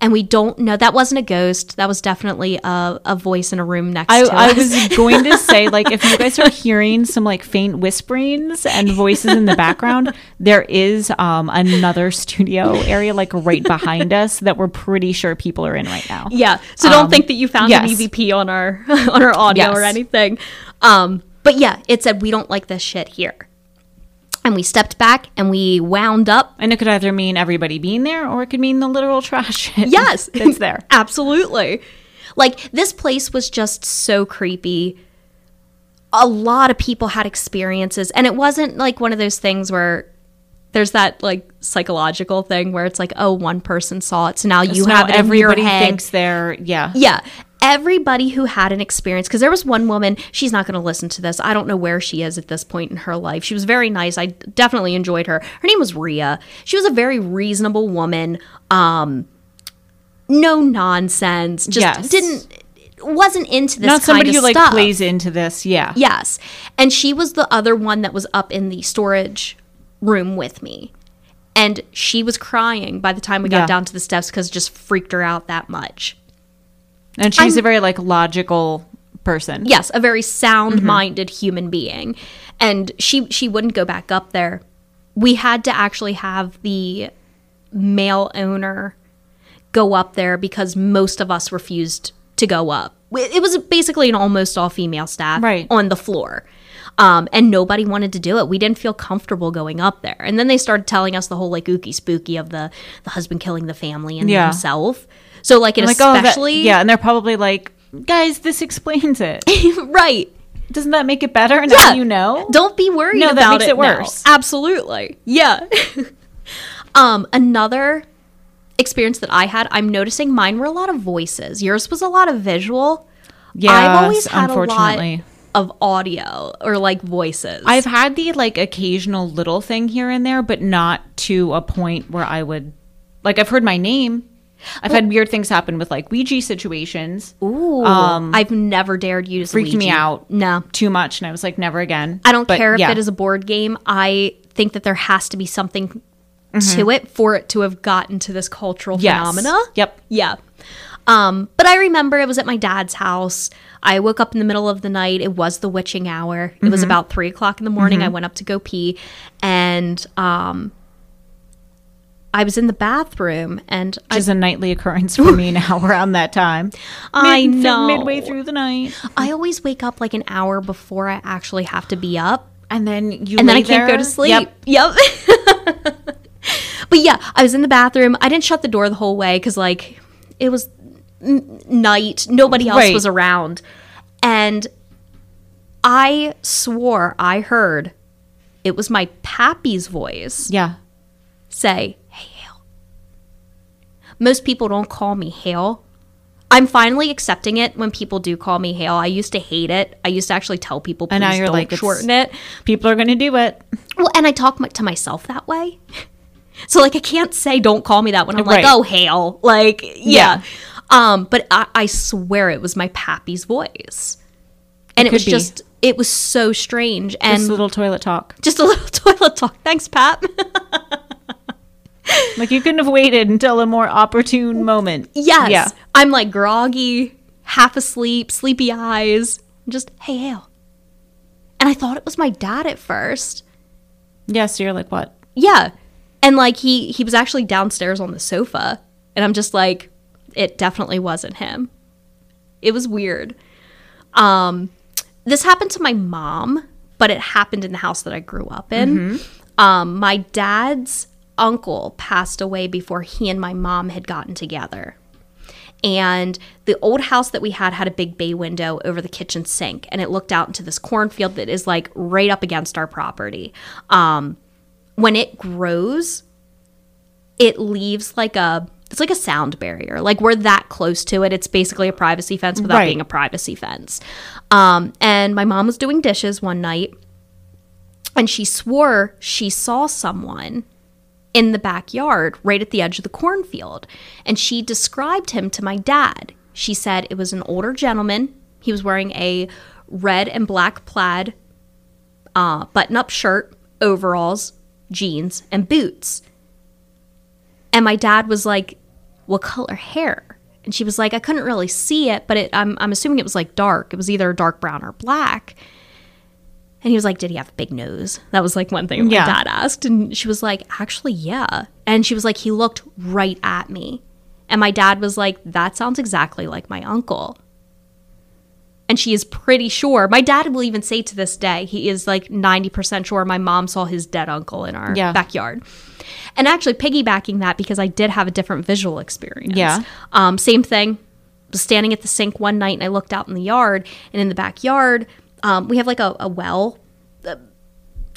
and we don't know that wasn't a ghost that was definitely a, a voice in a room next
I,
to
I
us
was going to say like if you guys are hearing some like faint whisperings and voices in the background, there is um another studio area like right behind us that we're pretty sure people are in right now.
yeah so don't think that you found
Um, yes.
an evp on our on our audio or
Yes.
anything um but yeah it said we don't like this shit here and we stepped back and we wound up
And it could either mean everybody being there or it could mean the literal trash.
Yes.
That's there.
Absolutely. Like this place was just so creepy. A lot of people had experiences and it wasn't like one of those things where there's that like psychological thing where it's like oh one person saw it so now you
So
have it
everybody
in your head.
thinks they're yeah.
Yeah. Everybody who had an experience, because there was one woman, she's not going to listen to this. I don't know where she is at this point in her life. She was very nice. I definitely enjoyed her. Her name was Rhea. She was a very reasonable woman. Um, no nonsense. Just
Yes.
didn't, wasn't into this
Not somebody
kind
who
of
like
stuff.
plays into this. Yeah.
Yes. And she was the other one that was up in the storage room with me. And she was crying by the time we got
Yeah.
down to the steps because it just freaked her out that much.
And she's a very like logical person.
yes, a very sound-minded
Mm-hmm.
human being. And she she wouldn't go back up there. We had to actually have the male owner go up there because most of us refused to go up. It it was basically an almost all female staff
Right.
on the floor. Um, and nobody wanted to do it. We didn't feel comfortable going up there. And then they started telling us the whole like ooky spooky of the the husband killing the family and
Yeah.
himself. So like it
Like oh, that-
especially
yeah, and they're probably like, guys, this explains it.
right.
Doesn't that make it better? Now
Yeah.
you know.
Don't be worried
No, that
about
makes
it,
it
now.
worse.
Absolutely. Yeah. um, another experience that I had, I'm noticing mine were a lot of voices. Yours was a lot of visual.
Yeah,
I've always had
unfortunately.
a lot of audio or like voices.
I've had the like occasional little thing here and there, but not to a point where I would like I've heard my name. I've had weird things happen with like Ouija situations.
Ooh, I've never dared use
um, freaked me
Ouija.
out.
No.
Too much and I was like never again.
I don't
But,
care if
yeah.
it is a board game. I think that there has to be something to it for it to have gotten to this cultural
Mm-hmm. Yes.
phenomena.
Yep.
Yeah. Um, but I remember it was at my dad's house. I woke up in the middle of the night. It was the witching hour. It was about three o'clock in the morning. I went up to go pee, and um, I was in the bathroom, and
Which
I,
is a nightly occurrence for me now around that time.
I
Mid-
know
midway through the night.
I always wake up like an hour before I actually have to be up.
And then you
and then
lay
I can't
there.
go to sleep.
Yep.
Yep. but yeah, I was in the bathroom. I didn't shut the door the whole way because like it was n- night. Nobody else
Right.
was around, and I swore I heard it was my pappy's voice
Yeah.
say, "Hey, Hale." Most people don't call me Hale. I'm finally accepting it when people do call me Hale. I used to hate it. I used to actually tell people, please
And now you're
don't
like, it's-
shorten it.
People are gonna do it.
Well, and I talk my, to myself that way. So like I can't say don't call me that when I'm like,
Right.
oh hail. Like, yeah.
Yeah.
Um, but I, I swear it was my pappy's voice. And it,
could
was
be.
just it was so strange and
This little toilet talk.
just a little toilet talk. Thanks, Pat.
Like you couldn't have waited until a more opportune moment.
yes.
Yeah.
I'm like groggy, half asleep, sleepy eyes. Just, hey, Hale. And I thought it was my dad at first.
Yeah, so you're like, what?
Yeah. And like he he was actually downstairs on the sofa and I'm just like it definitely wasn't him. It was weird. Um this happened to my mom, but it happened in the house that I grew up in. Um my dad's uncle passed away before he and my mom had gotten together. And the old house that we had had a big bay window over the kitchen sink, and it looked out into this cornfield that is like right up against our property Um, when it grows, it leaves like a it's like a sound barrier. Like we're that close to it. It's basically a privacy fence without
Right.
being a privacy fence. Um, and my mom was doing dishes one night, and she swore she saw someone in the backyard, right at the edge of the cornfield. And she described him to my dad. She said it was an older gentleman. He was wearing a red and black plaid uh, button up shirt, overalls, jeans, and boots. And my dad was like, What color hair? And she was like, I couldn't really see it, but it, I'm, I'm assuming it was like dark. It was either dark brown or black. And he was like, Did he have a big nose? That was like one thing my
Yeah.
dad asked. And she was like, Actually, yeah. And she was like, He looked right at me. And my dad was like, That sounds exactly like my uncle and she is pretty sure. My dad will even say to this day, he is like 90% sure my mom saw his dead uncle in our
Yeah.
backyard. And actually, piggybacking that because I did have a different visual experience.
Yeah.
Um, same thing. Was standing at the sink one night and I looked out in the yard, and in the backyard, um, we have like a, a well uh,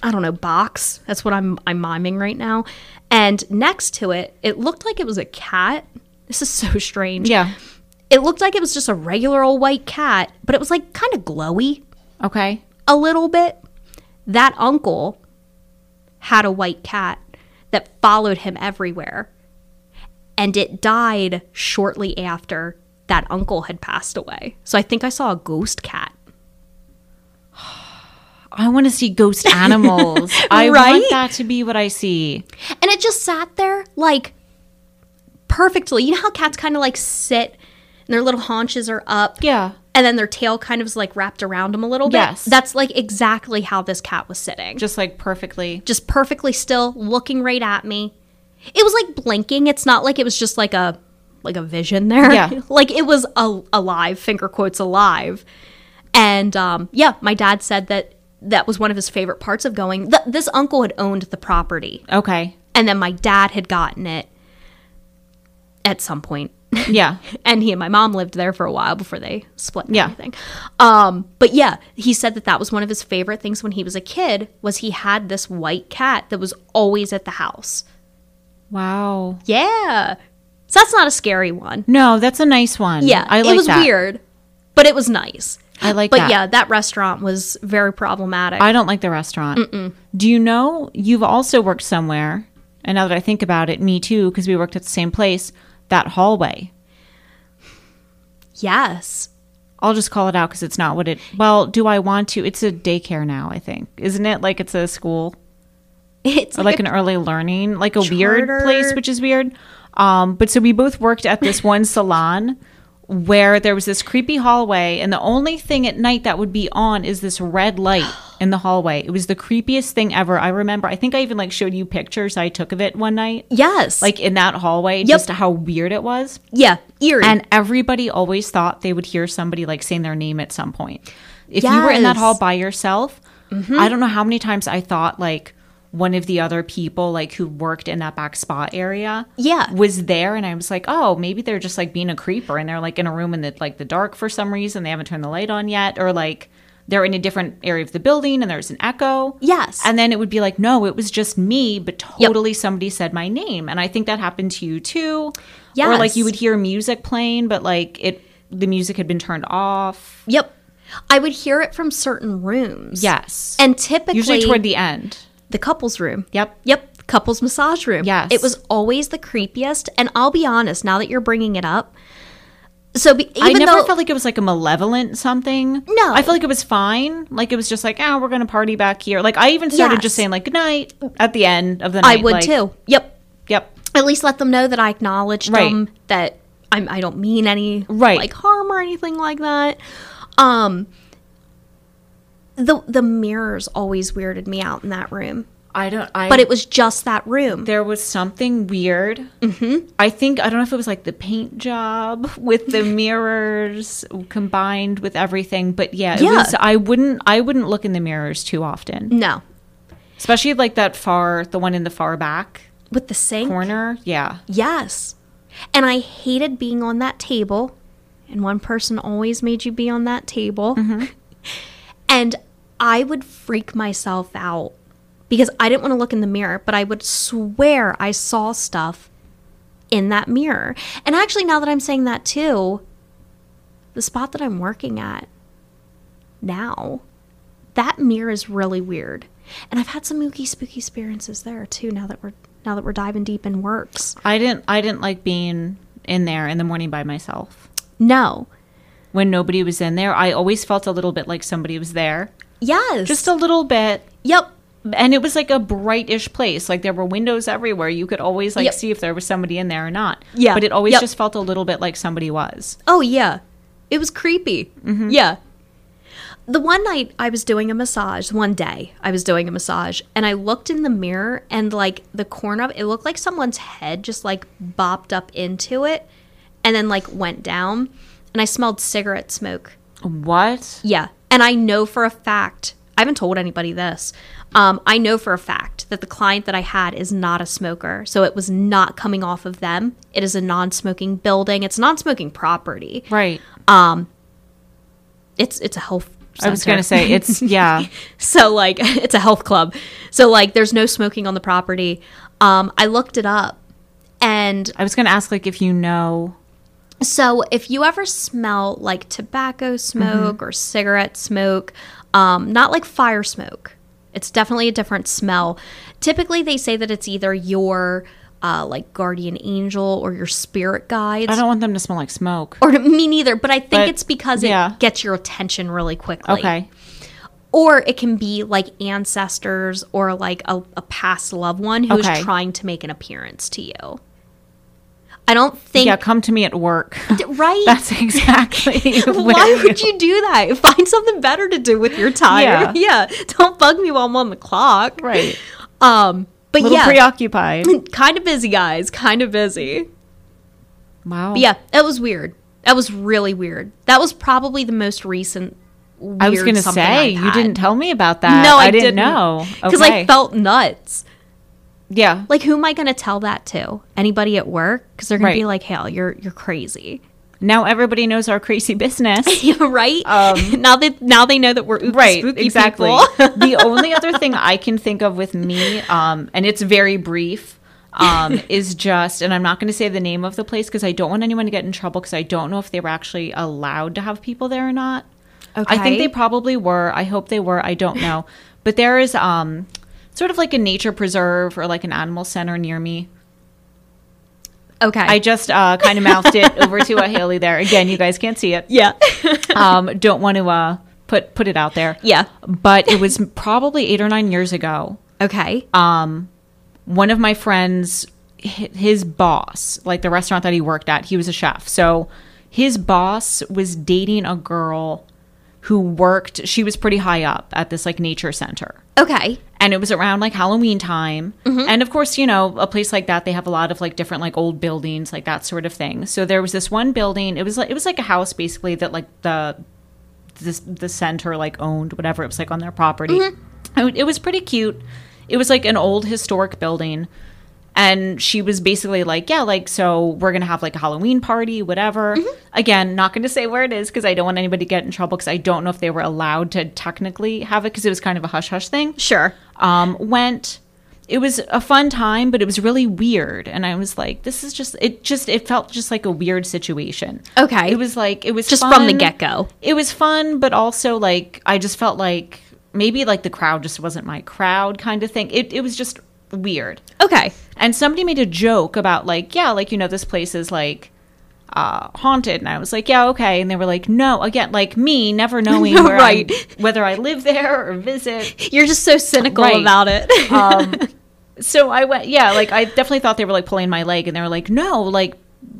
I don't know, box. That's what I'm I'm miming right now. And next to it, it looked like it was a cat. This is so strange.
Yeah.
It looked like it was just a regular old white cat, but it was like kind of glowy
Okay.
a little bit. That uncle had a white cat that followed him everywhere. And it died shortly after that uncle had passed away. So I think I saw a ghost cat.
I want to see ghost animals. I
Right?
want that to be what I see.
And it just sat there like perfectly. You know how cats kind of like sit and their little haunches are up?
Yeah.
And then their tail kind of is like wrapped around them a little bit.
Yes.
That's like exactly how this cat was sitting. Just,
Just like perfectly.
perfectly still, looking right at me. It was like blinking. It's not like it was just like a like a vision there.
Yeah.
like it was a, alive, finger quotes alive. And um, yeah, my dad said that that was one of his favorite parts of going. Th- this uncle had owned the property
Okay.
and then my dad had gotten it at some point
Yeah.
and he and my mom lived there for a while before they split and
Yeah.
everything um but yeah he said that that was one of his favorite things when he was a kid was he had this white cat that was always at the house
Wow.
yeah so that's not a scary one
No, that's a nice one.
yeah
I like
it was
that.
weird but it was nice
I like
but
that.
yeah that restaurant was very problematic
I don't like the restaurant. Do you know you've also worked somewhere? And now that I think about it, me too, because we worked at the same place. That hallway.
yes
I'll just call it out because it's not what it. Well, do I want to? It's a daycare now, I think, isn't it? Like it's a school,
it's
or
like,
like an early learning, like a weird
Charter.
place, which is weird. Um, but so we both worked at this one salon where there was this creepy hallway, and the only thing at night that would be on is this red light in the hallway. It was the creepiest thing ever. I remember. I think I even like showed you pictures I took of it one night,
yes
like in that hallway, just how weird it was.
yeah eerie
And everybody always thought they would hear somebody like saying their name at some point. If you were in
Yes.
that
Mm-hmm.
hall by yourself, I don't know how many times I thought like one of the other people like who worked in that back spa area
Yeah.
was there and I was like, "Oh, maybe they're just like being a creeper and they're like in a room in the like the dark for some reason. They haven't turned the light on yet or like they're in a different area of the building and there's an echo."
yes
And then it would be like, no, it was just me, but totally somebody said my name. And I think that happened to you too. Or like
Yes.
you would hear music playing, but like it the music had been turned off.
Yep. I would hear it from certain rooms.
Yes.
And typically
usually toward the end.
the couples room.
Yep.
Yep. Couples massage room.
Yes.
It was always the creepiest. And I'll be honest, now that you're bringing it up, So be, even
I never
though
felt like it was like a malevolent something.
No.
I felt like it was fine. Like it was just like, oh, we're gonna party back here. Like I even started
Yes.
just saying like good night at the end of the
I
night.
would
like-
too. Yep.
Yep.
At least let them know that I acknowledged
Right.
them that I'm I don't mean any
Right.
like harm or anything like that. Um the the mirrors always weirded me out in that room.
I don't. I
But it was just that room.
there was something weird. Mm-hmm. I think I don't know if it was like the paint job with the mirrors combined with everything, but yeah, Mm. it
Yeah.
was. I wouldn't. I wouldn't look in the mirrors too often,
No.
especially like that far, the one in the far back
With the sink.
corner. Mm. Yeah,
Yes. And I hated being on that table. And one person always made you be on that table. And I would freak myself out because I didn't want to look in the mirror, but I would swear I saw stuff in that mirror. And actually, now that I'm saying that too, the spot that I'm working at now, that mirror is really weird. And I've had some mooky spooky experiences there too. Now that we're now that we're diving deep in works,
I didn't. I didn't like being in there in the morning by myself
No.
when nobody was in there. I always felt a little bit like somebody was there,
Yes.
just a little bit.
yep.
and it was like a brightish place like there were windows everywhere you could always like
Yep.
see if there was somebody in there or not
Yeah.
but it always
Yep.
just felt a little bit like somebody was
Oh yeah. It was creepy.
Mm-hmm.
Yeah. The one night I was doing a massage, one day I was doing a massage, and I looked in the mirror and like the corner of it looked like someone's head just like bopped up into it and then like went down. And I smelled cigarette smoke.
what
Yeah. And I know for a fact, I haven't told anybody this. Um, I know for a fact that the client that I had is not a smoker. So it was not coming off of them. It is a non smoking building, it's non smoking property.
right
It's, it's a health.
i was
center.
gonna say it's yeah
So like it's a health club. So like there's no smoking on the property. Um, I looked it up and
i was gonna ask like if you know
So, if you ever smell like tobacco smoke
Mm-hmm.
or cigarette smoke, um, not like fire smoke, it's definitely a different smell. Typically, they say that it's either your uh, like guardian angel or your spirit guides.
i don't want them to smell like smoke
or me neither, but I think
But,
it's because
yeah.
it gets your attention really quickly.
okay
Or it can be like ancestors or like a, a past loved one who's
Okay.
trying to make an appearance to you. I don't think
yeah come to me at work
right.
that's exactly
Why would you do that? Find something better to do with your time. Yeah. Don't bug me while I'm on the clock.
right
Um, but
a little
yeah,
preoccupied
kind of busy, guys. Kind of busy.
wow
But yeah, that was weird. That was really weird. That was probably the most recent. Weird
i was gonna
something
say
I've
you
had.
didn't tell me about that
No, I, didn't
didn't, know
because
okay.
I felt nuts.
yeah
Like, who am I going to tell that to? Anybody at work? Because they're going to be
Right.
like, "Hell, you're you're crazy."
now everybody knows our crazy business
right? now that now they know that we're oops,
Um, right
spooky
exactly
people.
the only other thing i can think of with me um, and it's very brief um, is just and i'm not going to say the name of the place because i don't want anyone to get in trouble because i don't know if they were actually allowed to have people there or not i
Okay.
think they probably were i hope they were i don't know but there is um, sort of like a nature preserve or like an animal center near me
okay.
i just uh, kind of mouthed it over to a haley there again you guys can't see it
yeah.
um, don't want to uh, put put it out there
yeah.
but it was probably eight or nine years ago.
Okay.
One of my friends, hi- his boss, like the restaurant that he worked at, he was a chef. So his boss was dating a girl who worked, she was pretty high up at this like nature center.
okay.
And it was around like Halloween time. And of course, you know, a place like that, they have a lot of like different like old buildings, like that sort of thing. So there was this one building, it was like it was like a house basically that like the this the center like owned whatever it was like on their property. And It was pretty cute. It was like an old historic building, and she was basically like, "Yeah, like so we're gonna have like a Halloween party, whatever." Again, not going to say where it is because I don't want anybody to get in trouble because I don't know if they were allowed to technically have it because it was kind of a hush hush thing
Sure.
um, went it was a fun time but it was really weird and i was like this is just it just it felt just like a weird situation
Okay.
it was like it was
Just from the
fun.
get-go.
it was fun but also like i just felt like maybe like the crowd just wasn't my crowd kind of thing it, it was just weird
Okay.
and somebody made a joke about like yeah like you know this place is like uh, haunted. And I was like, yeah, okay. And they were like, no, again, like me, never knowing
No,
where I-
right.
whether I live there or visit.
You're just so cynical
Right. Uh,
about it.
So I went, yeah, like I definitely thought they were like pulling my leg, and they were like, no, like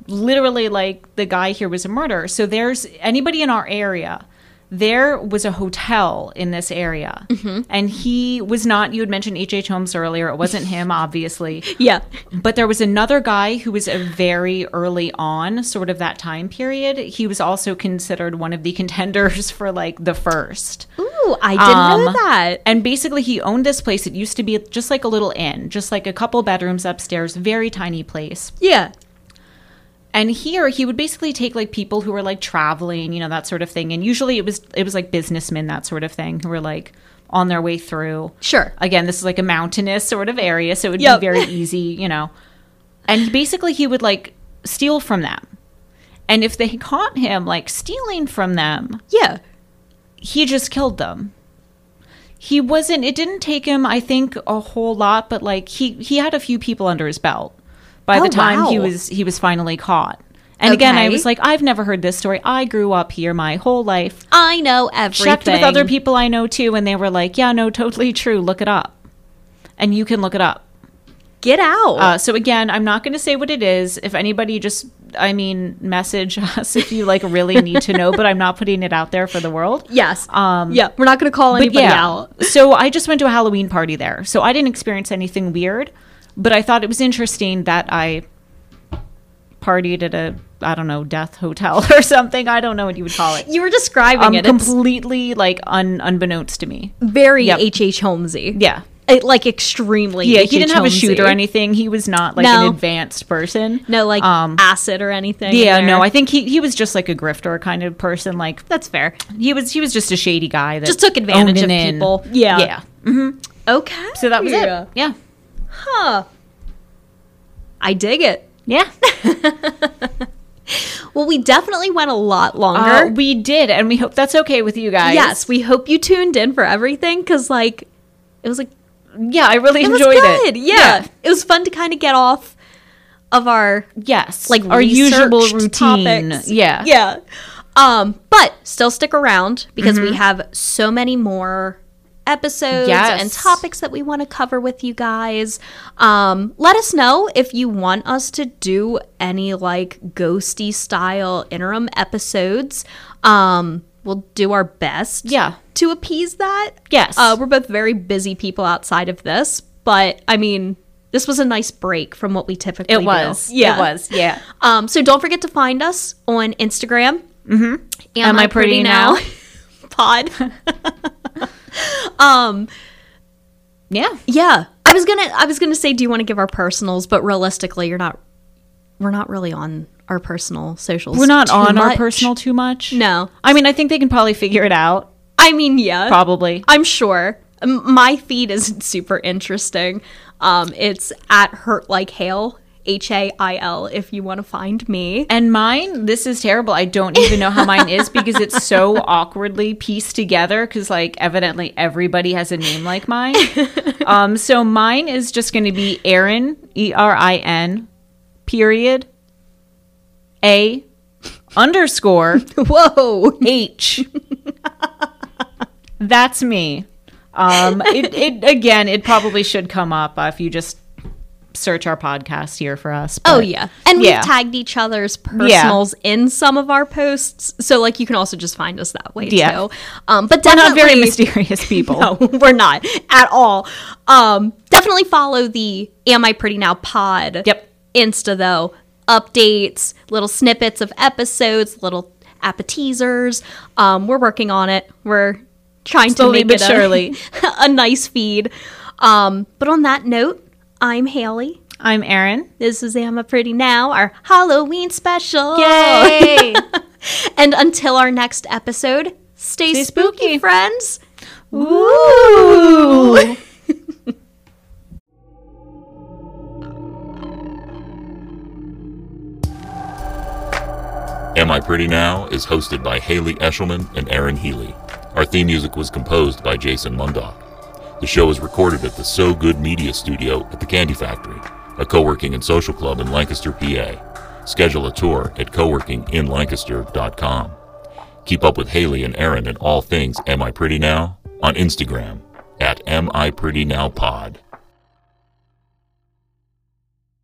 literally, like the guy here was a murderer. So there's anybody in our area. There was a hotel in this area, and he was not. You had mentioned H. H. Holmes earlier. It wasn't him, obviously.
yeah.
But there was another guy who was a very early on, sort of that time period. He was also considered one of the contenders for like the first.
Ooh, I didn't know
Um,
that.
And basically, he owned this place. It used to be just like a little inn, just like a couple bedrooms upstairs, very tiny place.
Yeah.
And here, he would basically take like people who were like traveling, you know, that sort of thing. And usually, it was it was like businessmen, that sort of thing, who were like on their way through.
Sure.
Again, this is like a mountainous sort of area, so it would
Yep.
be very easy, you know. And he- basically, he would like steal from them. And if they caught him like stealing from them,
Yeah.
he just killed them. He wasn't it didn't take him I think a whole lot but like he he had a few people under his belt by
Oh,
the time he
wow.
was he was finally caught. And again I
Okay.
was like I've never heard this story. I grew up here my whole life.
I know everything.
Checked with other people I know too and they were like, "Yeah, no, totally true. Look it up." And you can look it up.
Get out.
Uh, so again, I'm not going to say what it is. If anybody just, I mean, message us if you like really need to know, but I'm not putting it out there for the world.
yes.
um,
yeah. We're not going to call
But
anybody
yeah.
out.
so I just went to a Halloween party there. So I didn't experience anything weird, but I thought it was interesting that I partied at a I don't know death hotel or something. I don't know what you would call it.
You were describing
Um,
it. It's
completely like un, unbeknownst to me.
very
Yep.
H.H. H. Holmesy.
Yeah.
It, like extremely.
Yeah,
H.H.
he didn't have a shoot or
Holmesy.
anything. He was not like
No.
an advanced person. Um,
No, like acid or anything. in
yeah,
there.
no. I think he, he was just like a grifter kind of person. Like
That's fair.
he was he was just a shady guy that
Just took advantage
owned
of
an inn.
people. Yeah.
yeah.
Okay.
So that was it. Yeah,
Huh. I dig it.
yeah.
Well, we definitely went a lot
Uh,
longer.
we did, and we hope that's okay with you guys.
yes, we hope you tuned in for everything because, like, it was like
yeah, I really
it was
enjoyed
good.
it.
Yeah. it was fun to kind of get off of our
yes,
like
our usual
researched
routine.
topics.
Yeah, Mm-hmm.
yeah. Um, but still stick around because we have so many more episodes
Yes.
and topics that we want to cover with you guys. Um, let us know if you want us to do any like ghosty style interim episodes. Um, we'll do our best
yeah,
to appease that.
yes.
Uh, we're both very busy people outside of this, but I mean, this was a nice break from what we typically
it was.
do. Yeah,
it was. Yeah.
Um, so don't forget to find us on Instagram. Mm-hmm. Am,
I pretty now?
Pod.
Yeah.
Yeah, I was gonna. I was gonna say, do you want to give our personals? But realistically, you're not. We're not really on our personal socials.
We're not
too
on our
much.
personal too much.
No,
I mean, I think they can probably figure it out.
I mean, yeah,
Probably.
I'm sure. M- My feed isn't super interesting. Um, it's at hurt like hail, H A I L. If you want to find me,
And mine, this is terrible. I don't even know how mine is because it's so awkwardly pieced together because, like, evidently everybody has a name like mine. Um, so mine is just going to be Erin, E R I N, period, A underscore
whoa,
H. That's me. Um, it, it again, it probably should come up uh, if you just search our podcast here for us.
oh
but-
yeah, and
Yeah.
we've tagged each other's personals in some of our posts, so like you can also just find us that way
Yeah.
too. Um, but
We're not
definitely,
very mysterious people.
No, we're not at all. Um, definitely follow the Am I Pretty Now pod.
Yep.
Insta though. Updates, little snippets of episodes, little appetizers. Um, we're working on it. We're trying
Slowly
to
but
make it a-
surely.
A, nice feed. Um, but on that note, I'm Haley.
I'm Erin.
This is Am I Pretty Now, our Halloween special.
Yay!
And until our next episode, stay,
Stay
spooky,
spooky.
friends.
Ooh.
Am I Pretty Now is hosted by Haley Eshelman and Aaron Healy. Our theme music was composed by Jason Mundock. The show is recorded at the So Good Media Studio at the Candy Factory, a co working and social club in Lancaster, PA. Schedule a tour at coworkinginlancaster.com. Keep up with Haley and Aaron at all things Am I Pretty Now on Instagram at Am I Pretty Now Pod.